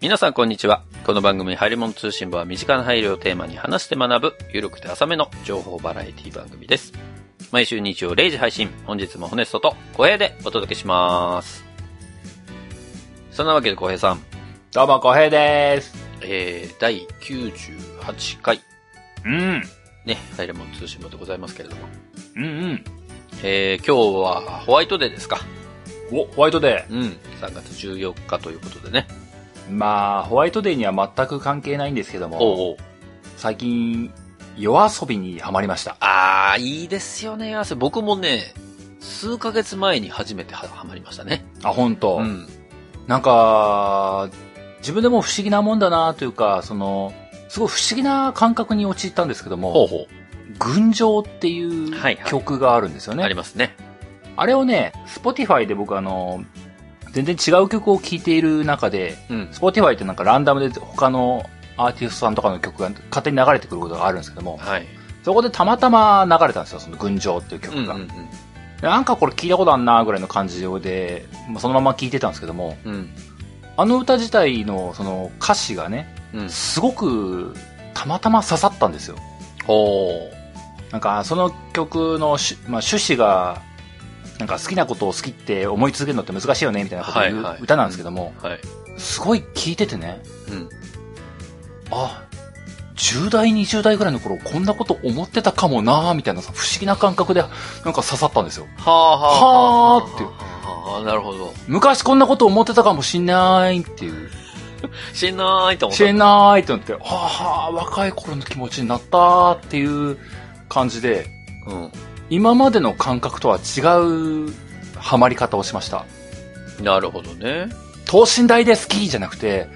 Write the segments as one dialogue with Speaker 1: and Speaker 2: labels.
Speaker 1: 皆さんこんにちは。この番組、ハリモン通信部は身近な配慮をテーマに話して学ぶ、ゆるくて浅めの情報バラエティ番組です。毎週日曜0時配信、本日もホネストと小平でお届けします。そんなわけで小平さん、
Speaker 2: どうも、小平です。
Speaker 1: えー、第98回、
Speaker 2: うん。
Speaker 1: ね、ハイレモン通信部でございますけれども、
Speaker 2: うんうん。
Speaker 1: えー、今日はホワイトデーですか。
Speaker 2: お、ホワイトデ
Speaker 1: うん、3月14日ということでね。
Speaker 2: ー。まあ、ホワイトデーには全く関係ないんですけども、
Speaker 1: おうおう
Speaker 2: 最近、夜遊びにハマりました。
Speaker 1: あー、いいですよね、汗。僕もね、数ヶ月前に初めてはハマりましたね。
Speaker 2: あ、本当、
Speaker 1: うん。
Speaker 2: なんか、自分でも不思議なもんだなというか、その、すごい不思議な感覚に陥ったんですけど
Speaker 1: ほう
Speaker 2: も、
Speaker 1: ほ
Speaker 2: 群青っていう
Speaker 1: はいはい
Speaker 2: 曲があるんですよ
Speaker 1: う、
Speaker 2: ね。
Speaker 1: ありますね。
Speaker 2: あれをね、Spotify で僕あの、全然違う曲を聴いている中で、
Speaker 1: うん。
Speaker 2: Spotify ってなんかランダムで他のアーティストさんとかの曲が勝手に流れてくることがあるんですけども、
Speaker 1: はい。
Speaker 2: そこでたまたま流れたんですよ、その群青っていう
Speaker 1: う
Speaker 2: 曲
Speaker 1: んうん
Speaker 2: が。
Speaker 1: うん。
Speaker 2: なんかこれ聞いたことあんなぐらいの感じで、まあそのまま聞いてたんですけども、
Speaker 1: うん。
Speaker 2: あの歌自体のその歌詞がね、
Speaker 1: うん。
Speaker 2: すごくたまたま刺さったんですよ。
Speaker 1: ほ
Speaker 2: なんかその曲のし、まあ、趣旨が、なんか好きなことを好きって思い続けるのって難しいよねみたいなことを言
Speaker 1: はいはいう
Speaker 2: 歌なんですけども、
Speaker 1: う。はい。
Speaker 2: すごい聞いててね、
Speaker 1: うん。
Speaker 2: あ、10代、20代ぐらいの頃、こんなこと思ってたかもなーみたいなさ、不思議な感覚で、なんか刺さったんですよ。
Speaker 1: はあはあ。
Speaker 2: はあっていう
Speaker 1: はあ、なるほど。
Speaker 2: 昔こんなこと思ってたかもしんないっていう。
Speaker 1: しんなーいと思っ
Speaker 2: し
Speaker 1: た。
Speaker 2: んないってなって、はあはあ、若い頃の気持ちになったーっていう感じで、今までの感覚とは違うハマり方をしました。
Speaker 1: うん。なるほどね。
Speaker 2: 等身大で好きじゃなくて、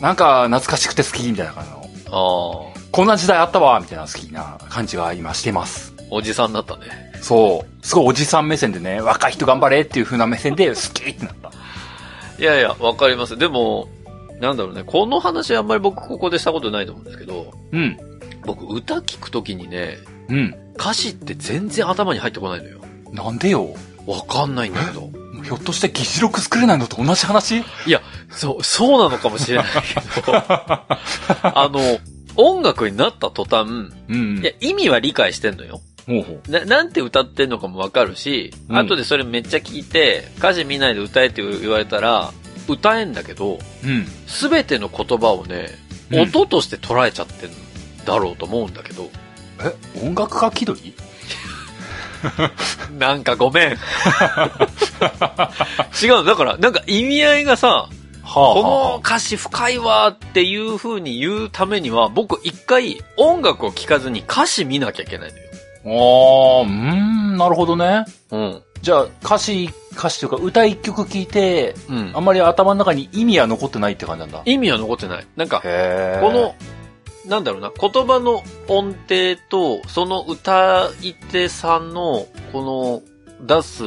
Speaker 2: なんか懐かしくて好きみたいな感じの。
Speaker 1: ああ。
Speaker 2: こんな時代あったわーみたいな好きな感じが今してます。
Speaker 1: おじさんになったね。
Speaker 2: そう。すごいおじさん目線でね、若い人頑張れっていう風な目線で、好きってなった。
Speaker 1: いやいや、わかります。でも、なんだろうね。この話あんまり僕ここでしたことないと思うんですけど、
Speaker 2: うん。
Speaker 1: 僕歌聞くときにね、
Speaker 2: うん。
Speaker 1: 歌詞って全然頭に入ってこないのよ。
Speaker 2: なんでよ。
Speaker 1: わかんないんだけど。
Speaker 2: もうひょっとして議事録作れないのと同じ話
Speaker 1: そう、そうなのかもしれないけ ど、あの、音楽になった途端、
Speaker 2: うん
Speaker 1: いや、意味は理解してんのよ。
Speaker 2: ほうほう。
Speaker 1: な、なんて歌ってんのかもわかるし、
Speaker 2: うん
Speaker 1: 後でそれめっちゃ聞いて、歌詞見ないで歌えって言われたら、歌えんだけど、
Speaker 2: うん。
Speaker 1: すべての言葉をね、
Speaker 2: うん
Speaker 1: 音として捉えちゃってんだろうと思うんだけど、
Speaker 2: え、音楽家気取り
Speaker 1: なんかごめ ん。違う、だから、なんか意味合いがさ、
Speaker 2: はあ
Speaker 1: この歌詞深いわーっていう風に言うためには、僕一回音楽を聴かずに歌詞見なきゃいけないのよ。
Speaker 2: あー、うーん、なるほどね。
Speaker 1: うん。
Speaker 2: じゃあ、歌詞、歌詞というか、歌一曲聞いて、
Speaker 1: うん
Speaker 2: あ。んまり頭の中に意味は残ってないって感じなんだ。
Speaker 1: 意味は残ってない。なんか、
Speaker 2: へー
Speaker 1: こ、の、なんだろうな、言葉の音程と、その歌い手さんの、この、出す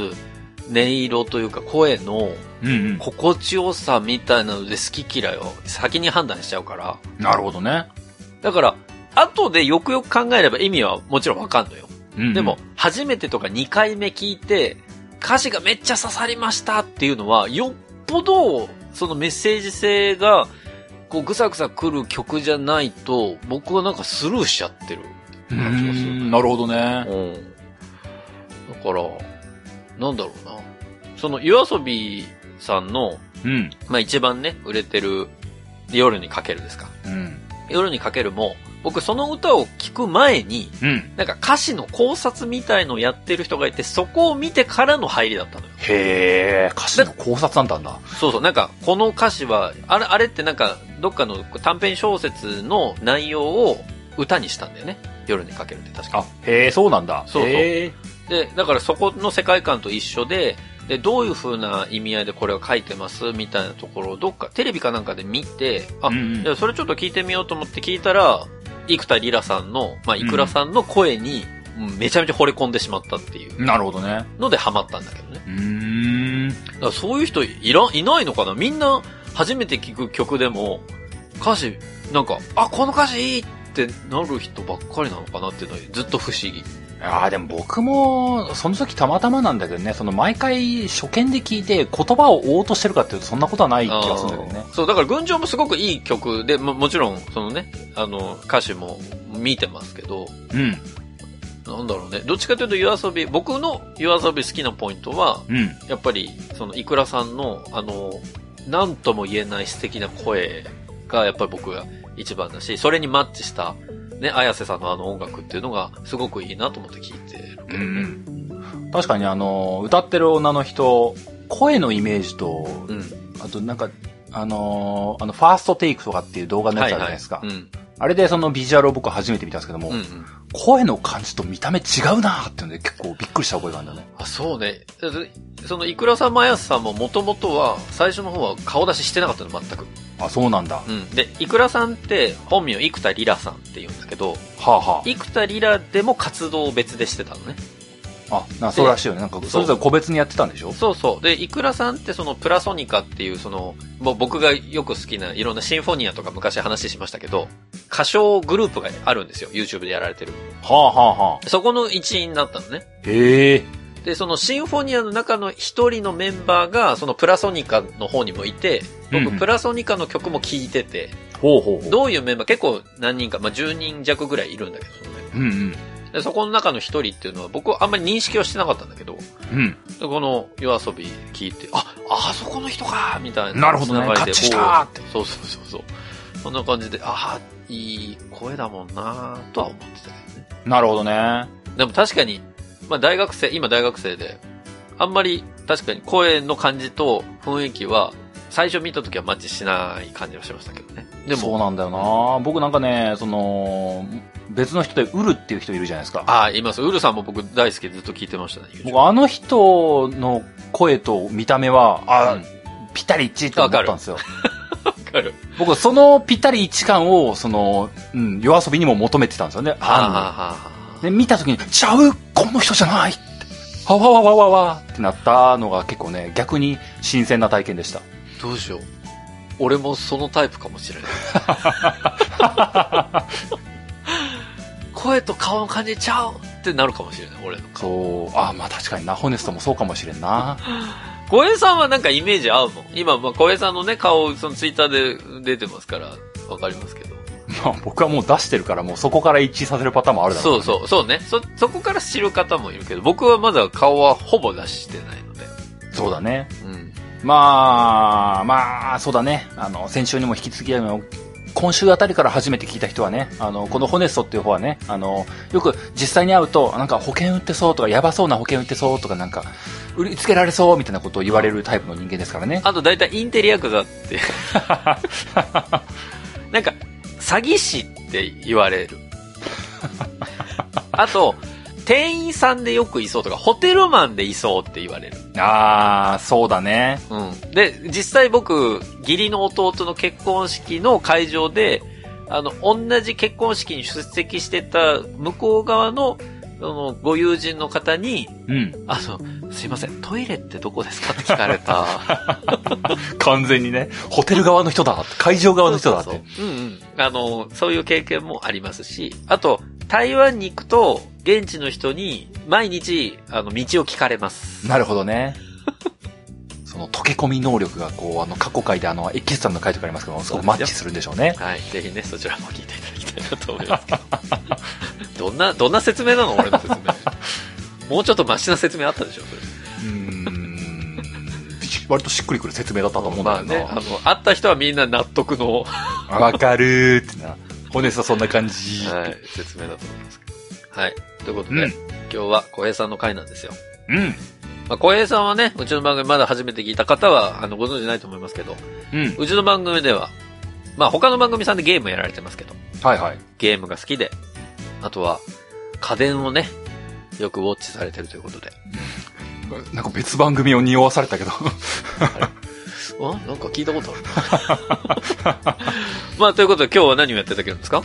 Speaker 1: 音色というか声の
Speaker 2: うんうん。
Speaker 1: 心地よさみたいなので好き嫌いを先に判断しちゃうから。
Speaker 2: なるほどね。
Speaker 1: だから、後でよくよく考えれば意味はもちろんわかんのよ。
Speaker 2: うんうん
Speaker 1: でも、、初めてとか2回目聞いて、歌詞がめっちゃ刺さりましたっていうのは、よっぽど、そのメッセージ性が、こう、ぐさぐさ来る曲じゃないと、僕はなんかスルーしちゃってる
Speaker 2: う
Speaker 1: 感じがする。
Speaker 2: ん、なるほどね。
Speaker 1: うん。だから、なんだろうな。その、夜遊びさんの、
Speaker 2: うん。
Speaker 1: まあ、一番ね、売れてる、夜にかけるですか。
Speaker 2: うん。
Speaker 1: 夜にかけるも、僕その歌を聴く前に、
Speaker 2: うん。
Speaker 1: なんか歌詞の考察みたいのをやってる人がいて、そこを見てからの入りだったのよ。
Speaker 2: へー、歌詞の考察なんだんだ。
Speaker 1: そうそう、なんかこの歌詞は、あれ、あれってなんか、どっかの短編小説の内容を歌にしたんだよね。夜にかけるって確か。
Speaker 2: あ、へえ、そうなんだ。
Speaker 1: そうそう
Speaker 2: へえ
Speaker 1: で、だからそこの世界観と一緒で、で、どういう風な意味合いでこれを書いてますみたいなところをどっか、テレビかなんかで見て、あ、
Speaker 2: うんうん
Speaker 1: じゃあそれちょっと聞いてみようと思って聞いたら、生田リラさんの、まあ、イクラさんの声に、うんめちゃめちゃ惚れ込んでしまったっていう
Speaker 2: なるほどね。
Speaker 1: のでハマったんだけどね。
Speaker 2: うーん。
Speaker 1: だからそういう人いらん、いないのかなみんな初めて聴く曲でも、歌詞、なんか、あ、この歌詞いいってなる人ばっかりなのかなっていうのはずっと不思議。
Speaker 2: へああ、でも僕も、その時たまたまなんだけどね、その毎回初見で聞いて言葉を追おうとしてるかっていうとそんなことはない気がするんだけどね。
Speaker 1: そう、だから群青もすごくいい曲で、ももちろん、そのね、あの、歌詞も見てますけど、
Speaker 2: うん、
Speaker 1: なんだろうね、どっちかというと夜遊び、僕の夜遊び好きなポイントは、
Speaker 2: うん。
Speaker 1: やっぱり、その、いくらさんの、あの、なんとも言えない素敵な声が、やっぱり僕が一番だし、それにマッチした、ね、綾瀬さんのあの音楽っていうのが、すごくいいなと思って聞いてるけどね。
Speaker 2: 確かにあの、歌ってる女の人、声のイメージと、
Speaker 1: うん。
Speaker 2: あとなんか、あのーあの、ファーストテイクとかっていう動画のやつあるじゃないですか。
Speaker 1: うん。
Speaker 2: あれでそのビジュアルを僕初めて見たんですけども、
Speaker 1: うん、うん。
Speaker 2: 声の感じと見た目違うなーっていうので結構びっくりした覚えがあるんだよね。
Speaker 1: あ、そうね。だってその、いくらさんも綾瀬さんももともとは、最初の方は顔出ししてなかったの、全く。
Speaker 2: あ、そうなんだ。は
Speaker 1: うん。で、いくらさんって、本名、生田リラさんって言うんだけど、
Speaker 2: あ、は
Speaker 1: 生田リラでも活動を別でしてたのね。
Speaker 2: あ。あ、なんかそうらしいよね。なんかそれぞれ個別にやってたんでしょ
Speaker 1: そうそう。で、イクラさんってそのプラソニカっていうその、もう僕がよく好きないろんなシンフォニアとか昔話しましたけど、歌唱グループがあるんですよ。YouTube でやられてる。
Speaker 2: はあ、はあ、はあ。
Speaker 1: そこの一員になったのね。
Speaker 2: へえ。
Speaker 1: で、そのシンフォニアの中の一人のメンバーが、そのプラソニカの方にもいて、
Speaker 2: うんう
Speaker 1: 僕
Speaker 2: ん
Speaker 1: プラソニカの曲も聴いてて、
Speaker 2: ほうほうほう。
Speaker 1: どういうメンバー、結構何人か、まあ、10人弱ぐらいいるんだけど、そのメンバ
Speaker 2: うんうん。
Speaker 1: ーで、そこの中の一人っていうのは僕はあんまり認識はしてなかったんだけど、
Speaker 2: うん。
Speaker 1: でこの夜遊び聞いて、あ、あそこの人かみたいな。
Speaker 2: なるほどね
Speaker 1: つがりで
Speaker 2: タッチした
Speaker 1: お
Speaker 2: ーって
Speaker 1: そうそうそうそう。そんな感じで、あーいい声だもんなーとは思ってたけどね。
Speaker 2: なるほどね。
Speaker 1: でも確かに、まあ大学生、今大学生で、あんまり確かに声の感じと雰囲気は、最初見た時はマッチしない感じはしましたけどね。で
Speaker 2: そう
Speaker 1: も、
Speaker 2: なんだよな僕なんかね、その、別の人でウルっていう人いるじゃないですか。
Speaker 1: ああ、います。ウルさんも僕大好きでずっと聞いてましたね。
Speaker 2: 僕あの人の声と見た目は、あ、
Speaker 1: うん
Speaker 2: ぴったり一致って思ったんですよ。
Speaker 1: わかる。
Speaker 2: 僕そのぴったり一致感を、その、うん、夜遊びにも求めてたんですよね。あ
Speaker 1: あ
Speaker 2: の
Speaker 1: ー
Speaker 2: で、見た時に、ちゃうこの人じゃないって。はわわわわわってなったのが結構ね、逆に新鮮な体験でした。
Speaker 1: どうしよう。俺もそのタイプかもしれない。声と顔の感じちゃうってなるかもしれない、俺の顔。
Speaker 2: そう、あ、まあ確かにな、ホネストもそうかもしれんな。
Speaker 1: 小江さんはなんかイメージ合うもん。今、まあ、小江さんのね、顔、そのツイッターで出てますから、わかりますけど。
Speaker 2: まあ僕はもう出してるから、もうそこから一致させるパターンもあるだろ
Speaker 1: そううそう、そうね。そ、そこから知る方もいるけど、僕はまだ顔はほぼ出してないので。
Speaker 2: う。そうだね。
Speaker 1: うん。
Speaker 2: まあ、まあ、そうだね。あの、先週にも引き続きあの、今週あたりから初めて聞いた人はね、あの、このホネストっていう方はね、あの、よく実際に会うと、なんか保険売ってそうとか、やばそうな保険売ってそうとか、なんか、売りつけられそうみたいなことを言われるタイプの人間ですからね。
Speaker 1: あと大体インテリアクザって。なんか、詐欺師って言われる。あと、店員さんでよくいそうとか、ホテルマンでいそうって言われる。
Speaker 2: ああ、そうだね。
Speaker 1: うん。で、実際僕、義理の弟の結婚式の会場で、あの、同じ結婚式に出席してた向こう側の、その、ご友人の方に、
Speaker 2: うん。
Speaker 1: あの、すいません、トイレってどこですかって聞かれた。
Speaker 2: 完全にね、ホテル側の人だ、会場側の人だって。
Speaker 1: そうそうそううんうん。あの、そういう経験もありますし、あと、台湾に行くと、現地の人に、毎日、あの、道を聞かれます。
Speaker 2: なるほどね。その溶け込み能力が、こう、あの、過去回であの、エキストラの回とかありますけど、そ
Speaker 1: そう
Speaker 2: こ
Speaker 1: ですよ
Speaker 2: マッチするんでしょうね。
Speaker 1: はい。ぜひね、そちらも聞いていただきたいなと思いますけ ど。どんな、どんな説明なの俺の説明。もうちょっとマシな説明あったでしょそれ
Speaker 2: うーん。割としっくりくる説明だったと思うん
Speaker 1: まあ
Speaker 2: だ
Speaker 1: ね、あ
Speaker 2: け
Speaker 1: の、会った人はみんな納得の、
Speaker 2: どな。わかるーってな。骨さそんな感じ。
Speaker 1: はい、説明だと思いますけど。はい。ということ
Speaker 2: う
Speaker 1: で、
Speaker 2: ん。
Speaker 1: 今日は小平さんの回なんですよ。
Speaker 2: うん。
Speaker 1: まあ、小平さんはね、うちの番組まだ初めて聞いた方は、あの、ご存知ないと思いますけど、
Speaker 2: うん。
Speaker 1: うちの番組では、まあ他の番組さんでゲームやられてますけど、
Speaker 2: はいはい。
Speaker 1: ゲームが好きで、あとは家電をね、よくウォッチされてるということで。
Speaker 2: なんか別番組を匂わされた けど。
Speaker 1: あなんか聞いたことあるな。 まあということで今日は何をやってたけるんですか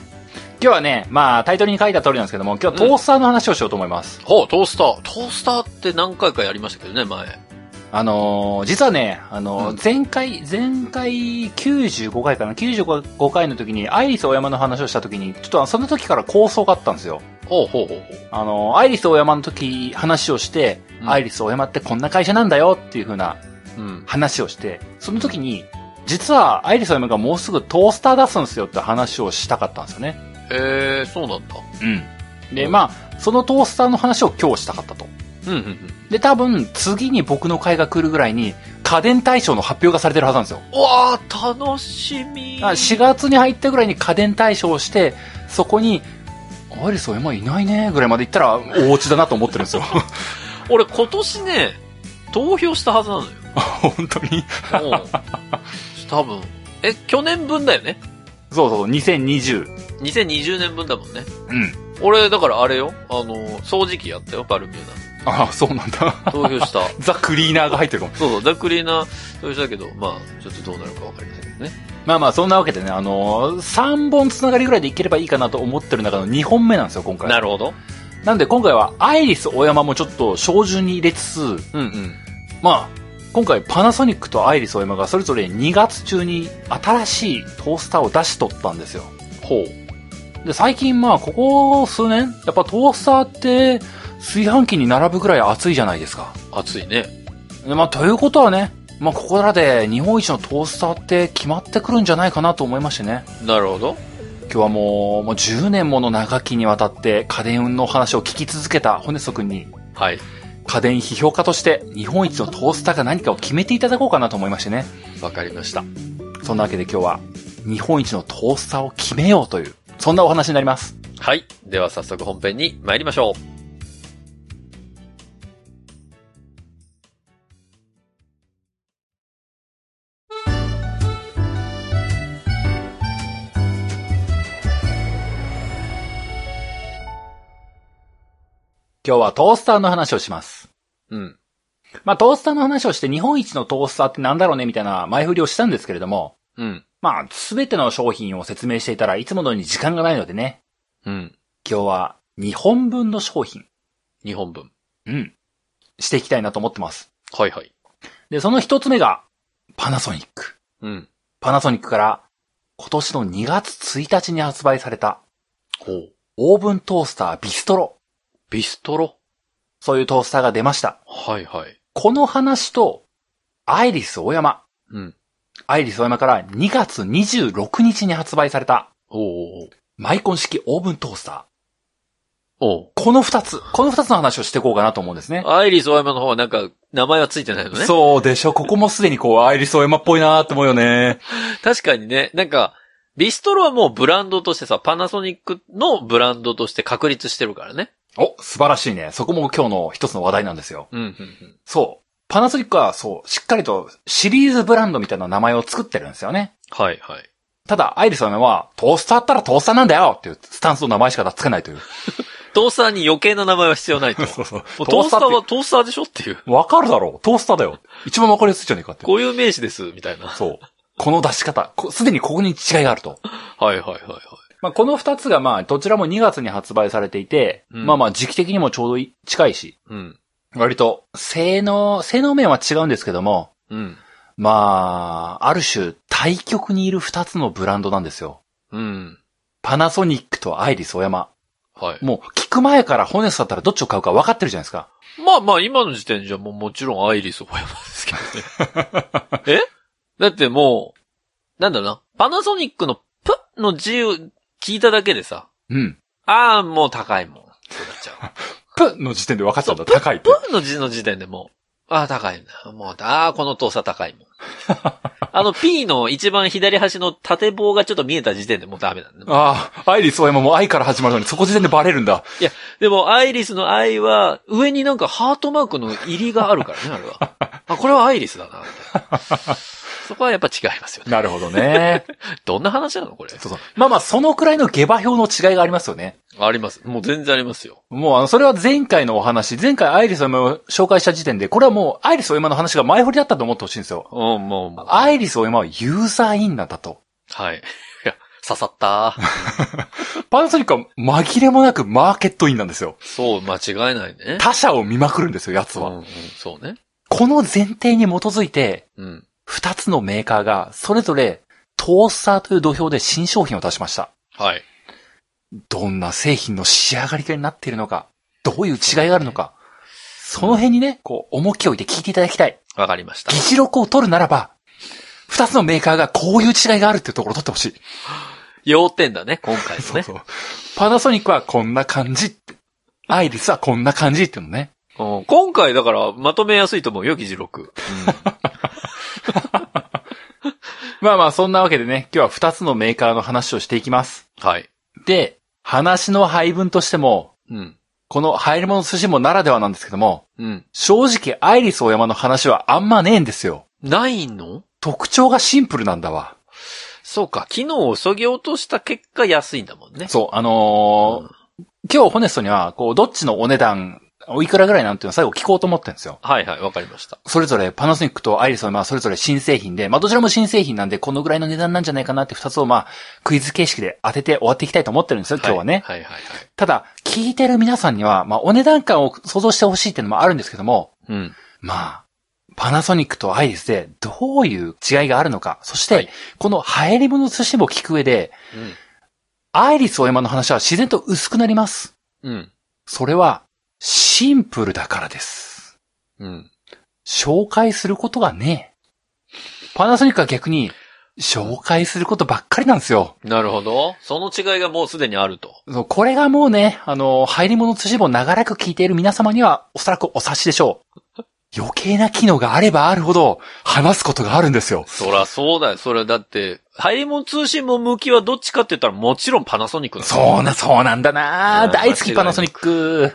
Speaker 2: 今日はね、まあ、タイトルに書いた通りなんですけども、今日はトースターの話をしようと思います。
Speaker 1: ほう、トースター。トースターって何回かやりましたけどね、前。
Speaker 2: あのー実はね、あのー
Speaker 1: うん
Speaker 2: 前回、前回95回かな、95回の時に、アイリスオーヤマの話をした時に、ちょっとあのその時から構想があったんですよ。
Speaker 1: ほうほうほうほう。
Speaker 2: あの、アイリスオーヤマの時話をして、
Speaker 1: うん
Speaker 2: アイリスオーヤマってこんな会社なんだよっていう風な
Speaker 1: うん。
Speaker 2: 話をして、その時に、実はアイリスオーヤマがもうすぐトースター出すんですよって話をしたかったんですよね。
Speaker 1: へえ、そうなんだ。
Speaker 2: うん。で、まあ、そのトースターの話を今日したかったと。
Speaker 1: うんうんうん。
Speaker 2: で、多分、次に僕の会が来るぐらいに、家電大賞の発表がされてるはずなんですよ。
Speaker 1: うわあ楽しみ。
Speaker 2: あ4月に入ったぐらいに家電大賞をして、そこに、アイリスオーヤマいないねぐらいまで行ったら、お家だなと思ってるんですよ。
Speaker 1: 俺今年ね、投票したはずなのよ。
Speaker 2: 本当に。
Speaker 1: うん。多分。え、去年分だよね
Speaker 2: そうそうそう、2020。
Speaker 1: ?2020 年分だもんね。
Speaker 2: うん。
Speaker 1: 俺、だからあれよ。あの、掃除機やったよ、バルミュー
Speaker 2: ああ、そうなんだ。
Speaker 1: ダ。投票した。
Speaker 2: ザ・クリーナーが入ってるかも。
Speaker 1: そうそう、ざっくりな投票したけど、まあ、ちょっとどうなるかわかりませんけどね。
Speaker 2: まあまあ、そんなわけでね、あのー、3本つながりぐらいでいければいいかなと思ってる中の2本目なんですよ、今回。
Speaker 1: なるほど。
Speaker 2: なんで今回は、アイリス・オーヤマもちょっと照準に入れつつ、
Speaker 1: うんうん。
Speaker 2: まあ、今回パナソニックとアイリス・オーヤマがそれぞれ2月中に新しいトースターを出しとったんですよ。
Speaker 1: ほう。
Speaker 2: で、最近まあ、ここ数年、やっぱトースターって、炊飯器に並ぶぐらい熱いじゃないですか。
Speaker 1: 暑いね。
Speaker 2: でまあ、ということはね、まあ、ここらで日本一のトースターって決まってくるんじゃないかなと思いましてね。
Speaker 1: なるほど。
Speaker 2: 今日はもう、もう10年もの長きにわたって家電の話を聞き続けた骨くんに、
Speaker 1: はい。
Speaker 2: 家電批評家として日本一のトースターが何かを決めていただこうかなと思いましてね。
Speaker 1: わかりました。
Speaker 2: そんなわけで今日は、日本一のトースターを決めようという、そんなお話になります。
Speaker 1: はい。では早速本編に参りましょう。
Speaker 2: 今日はトースターの話をします。
Speaker 1: うん。
Speaker 2: まあ、トースターの話をして日本一のトースターってなんだろうねみたいな前振りをしたんですけれども、
Speaker 1: うん。
Speaker 2: まあ、すべての商品を説明していたらいつものように時間がないのでね、
Speaker 1: うん。
Speaker 2: 今日は2本分の商品、
Speaker 1: 2本分。
Speaker 2: うん、していきたいなと思ってます。
Speaker 1: はいはい。
Speaker 2: で、その一つ目が、パナソニック。
Speaker 1: うん。
Speaker 2: パナソニックから、今年の2月1日に発売された、
Speaker 1: ほう。
Speaker 2: オーブントースタービストロ。
Speaker 1: ビストロ
Speaker 2: そういうトースターが出ました。
Speaker 1: はいはい。
Speaker 2: この話と、アイリス大山。
Speaker 1: うん。
Speaker 2: アイリス大山から2月26日に発売された、
Speaker 1: おうおう
Speaker 2: マイコン式オーブントースター。
Speaker 1: おうおう
Speaker 2: この二つ、この二つの話をしていこうかなと思うんですね。
Speaker 1: アイリスオーヤマの方はなんか、名前はついてないのね。う。
Speaker 2: そうでしょ。ここもすでにこう、アイリス大山っぽいなーって思うよね。
Speaker 1: 確かにね、なんか、ビストロはもうブランドとしてさ、パナソニックのブランドとして確立してるからね。
Speaker 2: お、素晴らしいね。そこも今日の一つの話題なんですよ。
Speaker 1: うん、うん、
Speaker 2: そう。パナソニックは、そう、しっかりとシリーズブランドみたいな名前を作ってるんですよね。
Speaker 1: はい、はい。
Speaker 2: ただ、アイリスのは、トースターったらトースターなんだよっていうスタンスの名前しかつけないという。
Speaker 1: トースターに余計な名前は必要ないと。も
Speaker 2: うそう。
Speaker 1: うトースター
Speaker 2: っ
Speaker 1: はトースターでしょっていう。
Speaker 2: て、わかるだろう。トースターだよ。一番わかりやすいじゃねえかって。
Speaker 1: こういう名詞です、みたいな。は
Speaker 2: そう。この出し方、こすでにここに違いがあると。
Speaker 1: い、はい、はい、はい。
Speaker 2: まあ、この二つがまあ、どちらも2月に発売されていて、
Speaker 1: うん
Speaker 2: まあまあ、時期的にもちょうどい近いし、
Speaker 1: うん。
Speaker 2: 割と、性能、性能面は違うんですけども、
Speaker 1: うん。
Speaker 2: まあ、ある種、対極にいる二つのブランドなんですよ。
Speaker 1: うん。
Speaker 2: パナソニックとアイリスオーヤマ。
Speaker 1: はい。
Speaker 2: もう聞く前からホネスだったらどっちを買うか分かってるじゃないですか。
Speaker 1: まあまあ、今の時点じゃもうもちろんアイリスオーヤマですけどね。えだってもう、なんだろうな、パナソニックのプッの字を聞いただけでさ、
Speaker 2: うん。
Speaker 1: ああ、もう高いもん。そうなっちゃう。
Speaker 2: プの時点で分かっちゃうんだ。
Speaker 1: そう
Speaker 2: 高い
Speaker 1: プッの字の時点でもう、ああ、高いな。もう、ああ、この遠さ高いもん。あの P の一番左端の縦棒がちょっと見えた時点でもうダメなんだね。
Speaker 2: ああ、アイリスオーヤマも愛から始まるのにそこ時点でバレるんだ。
Speaker 1: でも、アイリスの愛は、上になんかハートマークの入りがあるからね、あれ は。あ、これはアイリスだな、みたいな。そこはやっぱ違いますよね。
Speaker 2: なるほどね。
Speaker 1: どんな話なのこれ。
Speaker 2: そうそう。まあまあ、そのくらいの下馬評の違いがありますよね。
Speaker 1: あります。もう全然ありますよ。
Speaker 2: もうあの、それは前回のお話、前回アイリスオーヤマを紹介した時点で、これはもうアイリスオーヤマの話が前振りだったと思ってほしいんですよ。
Speaker 1: うん、もう、もう。
Speaker 2: アイリスオーヤマはユーザーインなんだと。
Speaker 1: はい。いや、刺さ った。
Speaker 2: パナソニックは紛れもなくマーケットインなんですよ。
Speaker 1: そう、間違いないね。
Speaker 2: 他者を見まくるんですよ、奴
Speaker 1: うん、
Speaker 2: は。
Speaker 1: うん、そうね。
Speaker 2: この前提に基づいて、
Speaker 1: うん。
Speaker 2: 二つのメーカーが、それぞれ、トースターという土俵で新商品を出しました。
Speaker 1: はい。
Speaker 2: どんな製品の仕上がりになっているのか、どういう違いがあるのか、その辺にね、こう、重きを置いて聞いていただきたい。
Speaker 1: わかりました
Speaker 2: 議。事録を取るならば、二つのメーカーがこういう違いがあるっていうところを取ってほしい。
Speaker 1: 要点だね、今回のね。
Speaker 2: う。パナソニックはこんな感じって。アイリスはこんな感じっていうのね。
Speaker 1: うん今回だから、まとめやすいと思うよ、議事録。
Speaker 2: まあまあ、そんなわけでね、今日は二つのメーカーの話をしていきます。
Speaker 1: はい。
Speaker 2: で、話の配分としても、
Speaker 1: うん。
Speaker 2: この入り物寿司もならではなんですけども、
Speaker 1: うん。
Speaker 2: 正直アイリスオーヤマの話はあんまねえんですよ。
Speaker 1: ないの
Speaker 2: 特徴がシンプルなんだわ。
Speaker 1: そうか、機能を削ぎ落とした結果安いんだもんね。
Speaker 2: そう、あのー
Speaker 1: うん
Speaker 2: 今日ホネストには、こう、どっちのお値段、おいくらぐらいなんていうのを最後聞こうと思ってるんですよ。
Speaker 1: はいはい、わかりました。
Speaker 2: それぞれパナソニックとアイリスはまあそれぞれ新製品で、まあどちらも新製品なんでこのぐらいの値段なんじゃないかなって二つをまあクイズ形式で当てて終わっていきたいと思ってるんですよ、今日はね。
Speaker 1: はいはいはい。
Speaker 2: ただ、聞いてる皆さんにはまあお値段感を想像してほしいっていうのもあるんですけども、
Speaker 1: うん。
Speaker 2: まあ、パナソニックとアイリスでどういう違いがあるのか、そして、
Speaker 1: はい
Speaker 2: この流行り物寿司も聞く上で、アイリス大山の話は自然と薄くなります。
Speaker 1: うん。うん。
Speaker 2: それは、シンプルだからです。
Speaker 1: うん。
Speaker 2: 紹介することがねえ。パナソニックは逆に、紹介することばっかりなんですよ。
Speaker 1: なるほど。その違いがもうすでにあると。
Speaker 2: そうこれがもうね、あの、入り物辻も長らく聞いている皆様には、おそらくお察しでしょう。余計な機能があればあるほど、話すことがあるんですよ。
Speaker 1: そらそうだよ。それだって、ハイモン通信も向きはどっちかって言ったらもちろんパナソニックだう。
Speaker 2: そうな、そうなんだ
Speaker 1: う
Speaker 2: なん大好きパナソニック。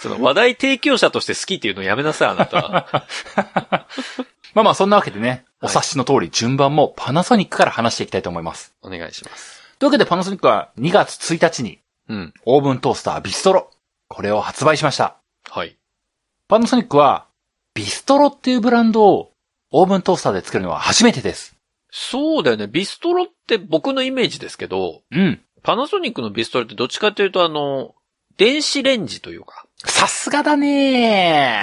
Speaker 1: その話題提供者として好きっていうのやめなさい、あな た。
Speaker 2: まあまあ、そんなわけでね、お
Speaker 1: はい
Speaker 2: 察しの通り、順番もパナソニックから話していきたいと思います。
Speaker 1: お願いします。
Speaker 2: というわけで、パナソニックは2月1日に、
Speaker 1: うん。
Speaker 2: オーブントースタービストロ。これを発売しました。
Speaker 1: はい。
Speaker 2: パナソニックは、ビストロっていうブランドをオーブントースターで作るのは初めてです。
Speaker 1: そうだよね。ビストロって僕のイメージですけど、
Speaker 2: うん。
Speaker 1: パナソニックのビストロってどっちかというとあの、電子レンジというか、
Speaker 2: さすがだ ね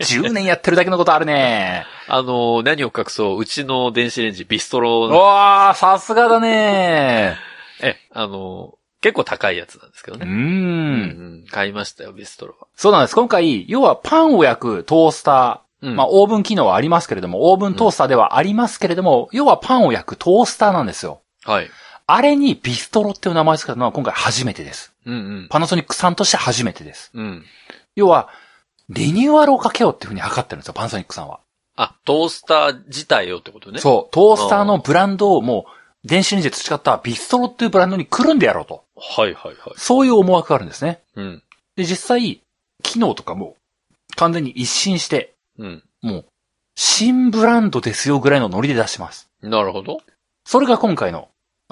Speaker 2: 10年やってるだけのことあるね
Speaker 1: あの、何を隠そう、うちの電子レンジビストロ
Speaker 2: う
Speaker 1: の、
Speaker 2: わー、さすがだね
Speaker 1: え、あの、結構高いやつなんですけど
Speaker 2: う。
Speaker 1: ね。うんん買いましたよ、ビストロは。
Speaker 2: そうなんです。今回、要はパンを焼くトースタ
Speaker 1: う
Speaker 2: ー。
Speaker 1: ん。
Speaker 2: まあ、オーブン機能はありますけれども、オーブントースターではありますけれども、要はパンを焼くトースターなんですよ。
Speaker 1: はい。
Speaker 2: あれにビストロっていう名前をつけたのは今回初めてです。
Speaker 1: うんうん。
Speaker 2: パナソニックさんとして初めてです。
Speaker 1: うん。
Speaker 2: 要は、リニューアルをかけようっていうふうに測ってるんですよ、パナソニックさんは。
Speaker 1: あ、トースター自体をってことね。
Speaker 2: そう、トースターのブランドをもう、電子レンジで培ったビストロっていうブランドにくるんでやろうと。
Speaker 1: はいはいはい。
Speaker 2: そういう思惑があるんですね。
Speaker 1: うん。
Speaker 2: で、実際、機能とかも、完全に一新して、
Speaker 1: うん。
Speaker 2: もう、新ブランドですよぐらいのノリで出してます。
Speaker 1: なるほど。
Speaker 2: それが今回の、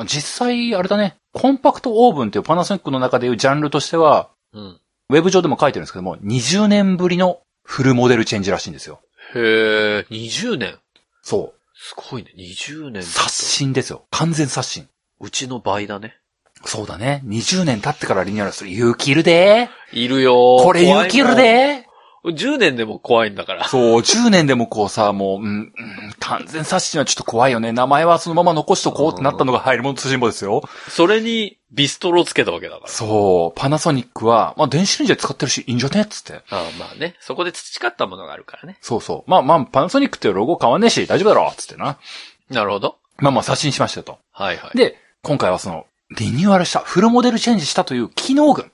Speaker 2: 実際、あれだね、コンパクトオーブンっていうパナソニックの中でいうジャンルとしては、
Speaker 1: うん。
Speaker 2: ウェブ上でも書いてるんですけども、20年ぶりのフルモデルチェンジらしいんですよ。
Speaker 1: へえ、20年。
Speaker 2: そ
Speaker 1: すごいね、20
Speaker 2: う。
Speaker 1: 年。
Speaker 2: 刷新ですよ。完全刷新。
Speaker 1: うちの倍だね。
Speaker 2: そうだね。20年経ってからリニューアルする勇気いるで
Speaker 1: いるよ
Speaker 2: これ勇気いる
Speaker 1: 怖い
Speaker 2: で
Speaker 1: もん !10 年でも怖いんだから。
Speaker 2: そう、10年でもこうさ、もう、うん、うん完全刷新はちょっと怖いよね。名前はそのまま残しとこうってなったのが入り物通信簿ですよ。
Speaker 1: それに、ビストロつけたわけだから。
Speaker 2: そう、パナソニックは、まあ電子レンジで使ってるし、いいんじゃねっつって。
Speaker 1: ああまあね、そこで培ったものがあるからね。
Speaker 2: そうそう。まあまあ、パナソニックっていうロゴ変わんねえし、大丈夫だろっつってな。
Speaker 1: なるほど。
Speaker 2: まあまあ刷新しましたよと。
Speaker 1: はいはい。
Speaker 2: で、今回はその、リニューアルした、フルモデルチェンジしたという機能群。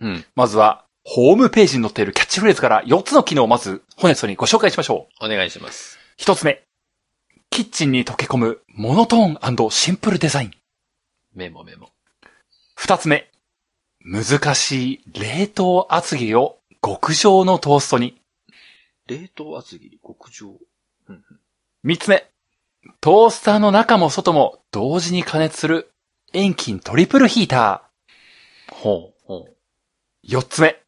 Speaker 1: うん。
Speaker 2: まずは、ホームページに載っているキャッチフレーズから4つの機能をまず、ホネストにご紹介しましょう。
Speaker 1: お願いします。
Speaker 2: 一つ目。キッチンに溶け込むモノトーンシンプルデザイン。
Speaker 1: メモメモ。
Speaker 2: 二つ目。難しい冷凍厚切りを極上のトーストに。
Speaker 1: 冷凍厚切り、極上。
Speaker 2: 三つ目。トースターの中も外も同時に加熱する遠近トリプルヒータ
Speaker 1: ほう、ほう。
Speaker 2: ー。四つ目。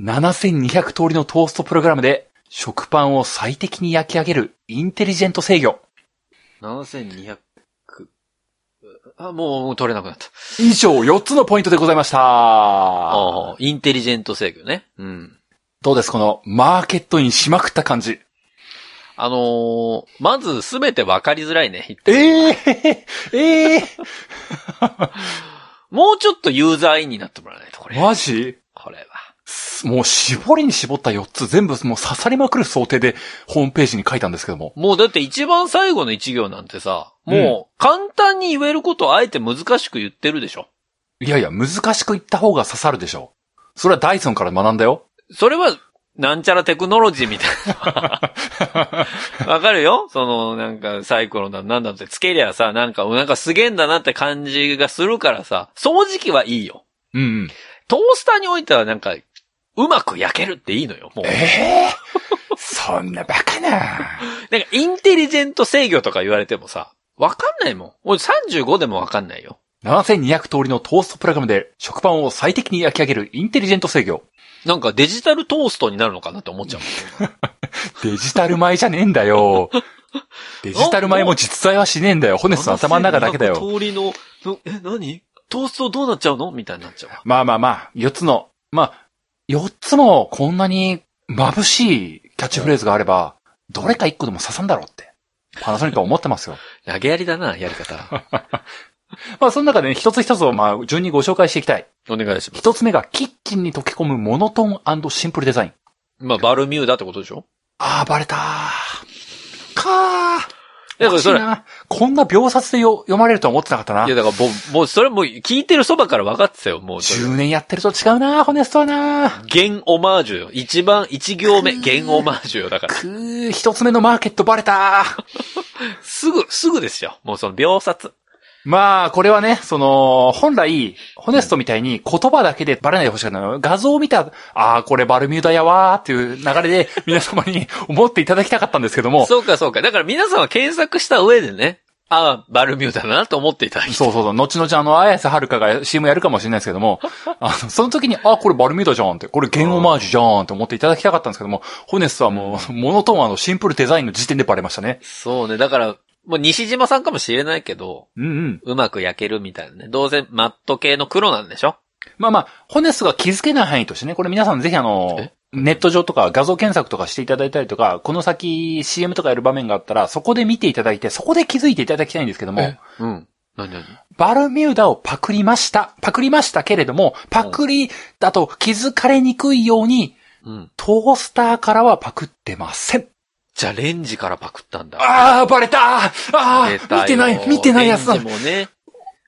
Speaker 2: 7200通りのトーストプログラムで食パンを最適に焼き上げるインテリジェント制御。
Speaker 1: 7200。あ、もう、もう取れなくなった。
Speaker 2: 以上4つのポイントでございました。
Speaker 1: ああ、インテリジェント制御ね。うん。
Speaker 2: どうですこのマーケットインしまくった感じ。
Speaker 1: あのー、まずすべて分かりづらいね。
Speaker 2: ええええ
Speaker 1: もうちょっとユーザーインになってもらわないと、これ。
Speaker 2: マジ
Speaker 1: これは。
Speaker 2: すもう絞りに絞った4つ全部もう刺さりまくる想定でホームページに書いたんですけども。
Speaker 1: もうだって一番最後の一行なんてさ、もう簡単に言えることをあえて難しく言ってるでしょ。
Speaker 2: いやいや、難しく言った方が刺さるでしょ。それはダイソンから学んだよ。
Speaker 1: それは、なんちゃらテクノロジーみたい な。わかるよその、なんか、サイクロンだ、なんだってつけりゃさ、なんか、なんかすげえんだなって感じがするからさ、掃除機はいいよ。
Speaker 2: うんうん。
Speaker 1: トースターにおいてはなんか、うまく焼けるっていいのよ、もう。
Speaker 2: ええ そんなバカな。
Speaker 1: なんか、インテリジェント制御とか言われてもさ、わかんないもん。俺35でもわかんないよ。
Speaker 2: 7200通りのトーストプログラムで食パンを最適に焼き上げるインテリジェント制御。
Speaker 1: なんかデジタルトーストになるのかなって思っちゃう もん。
Speaker 2: デジタル米じゃねえんだ よ。デジタル米も実在はしねえんだよ。ホネスの頭の中だけだよ。
Speaker 1: 通りの、のえ、何トーストどうなっちゃうのみたいになっちゃう。
Speaker 2: まあまあまあ、4つの、まあ、4つもこんなに眩しいキャッチフレーズがあれば、どれか1個でも刺さんだろうって、パナソニックは思ってますよ。
Speaker 1: 投げやりだな、やり方。
Speaker 2: まあその中でね、一つ一つをまあ順にご紹介していきたい。
Speaker 1: お願いします。
Speaker 2: 一つ目がキッチンに溶け込むモノトーンシンプルデザイン。
Speaker 1: まあ、バルミューダってことでしょ
Speaker 2: あー、バレたー。かー。
Speaker 1: いや、
Speaker 2: おかし
Speaker 1: そ
Speaker 2: い
Speaker 1: れ、い
Speaker 2: なこんな秒殺でよ読まれるとは思ってなかったな。
Speaker 1: や、だからもう、もう、それもう聞いてるそばから分かってたよ、もうそれ。
Speaker 2: 10年やってると違うなー、ホネストはなー。
Speaker 1: ゲンオマージュよ。一番、一行目、ゲンオマージュよ。だから、
Speaker 2: くー、一つ目のマーケットバレ たー。
Speaker 1: すぐ、すぐですよ。もうその秒殺。
Speaker 2: まあ、これはね、その、本来、ホネストみたいに言葉だけでバレないでほしかったのよ。画像を見た、ああ、これバルミューダやわーっていう流れで皆様に思っていただきたかったんですけども。
Speaker 1: そうか、そうか。だから皆さんは検索した上でね、ああ、バルミューダだなと思っていただきたい
Speaker 2: そうそうそう。後々あの、綾瀬はるかが CM やるかもしれないですけども、あの、その時に、あ、これバルミューダじゃんって、これゲンオマージュじゃんって思っていただきたかったんですけども、ホネストはもう、モノトーンあの、シンプルデザインの時点でバレましたね。
Speaker 1: そうね。だから、もう西島さんかもしれないけど、
Speaker 2: うんうん。
Speaker 1: うまく焼けるみたいなね。どうせマット系の黒なんでしょ
Speaker 2: まあまあ、ホネストが気づけない範囲としてね、これ皆さんぜひあの
Speaker 1: え、
Speaker 2: ネット上とか画像検索とかしていただいたりとか、この先 CM とかやる場面があったら、そこで見ていただいて、そこで気づいていただきたいんですけども、
Speaker 1: うん。何何
Speaker 2: バルミューダをパクりました。パクりましたけれども、パクリだと気づかれにくいように、
Speaker 1: うん。
Speaker 2: トースターからはパクってません。
Speaker 1: じゃあレンジからパクったんだ。
Speaker 2: あー、バレたーあ
Speaker 1: 出た
Speaker 2: ー、
Speaker 1: よ
Speaker 2: 見てない、見てないやつだ
Speaker 1: レンジもね、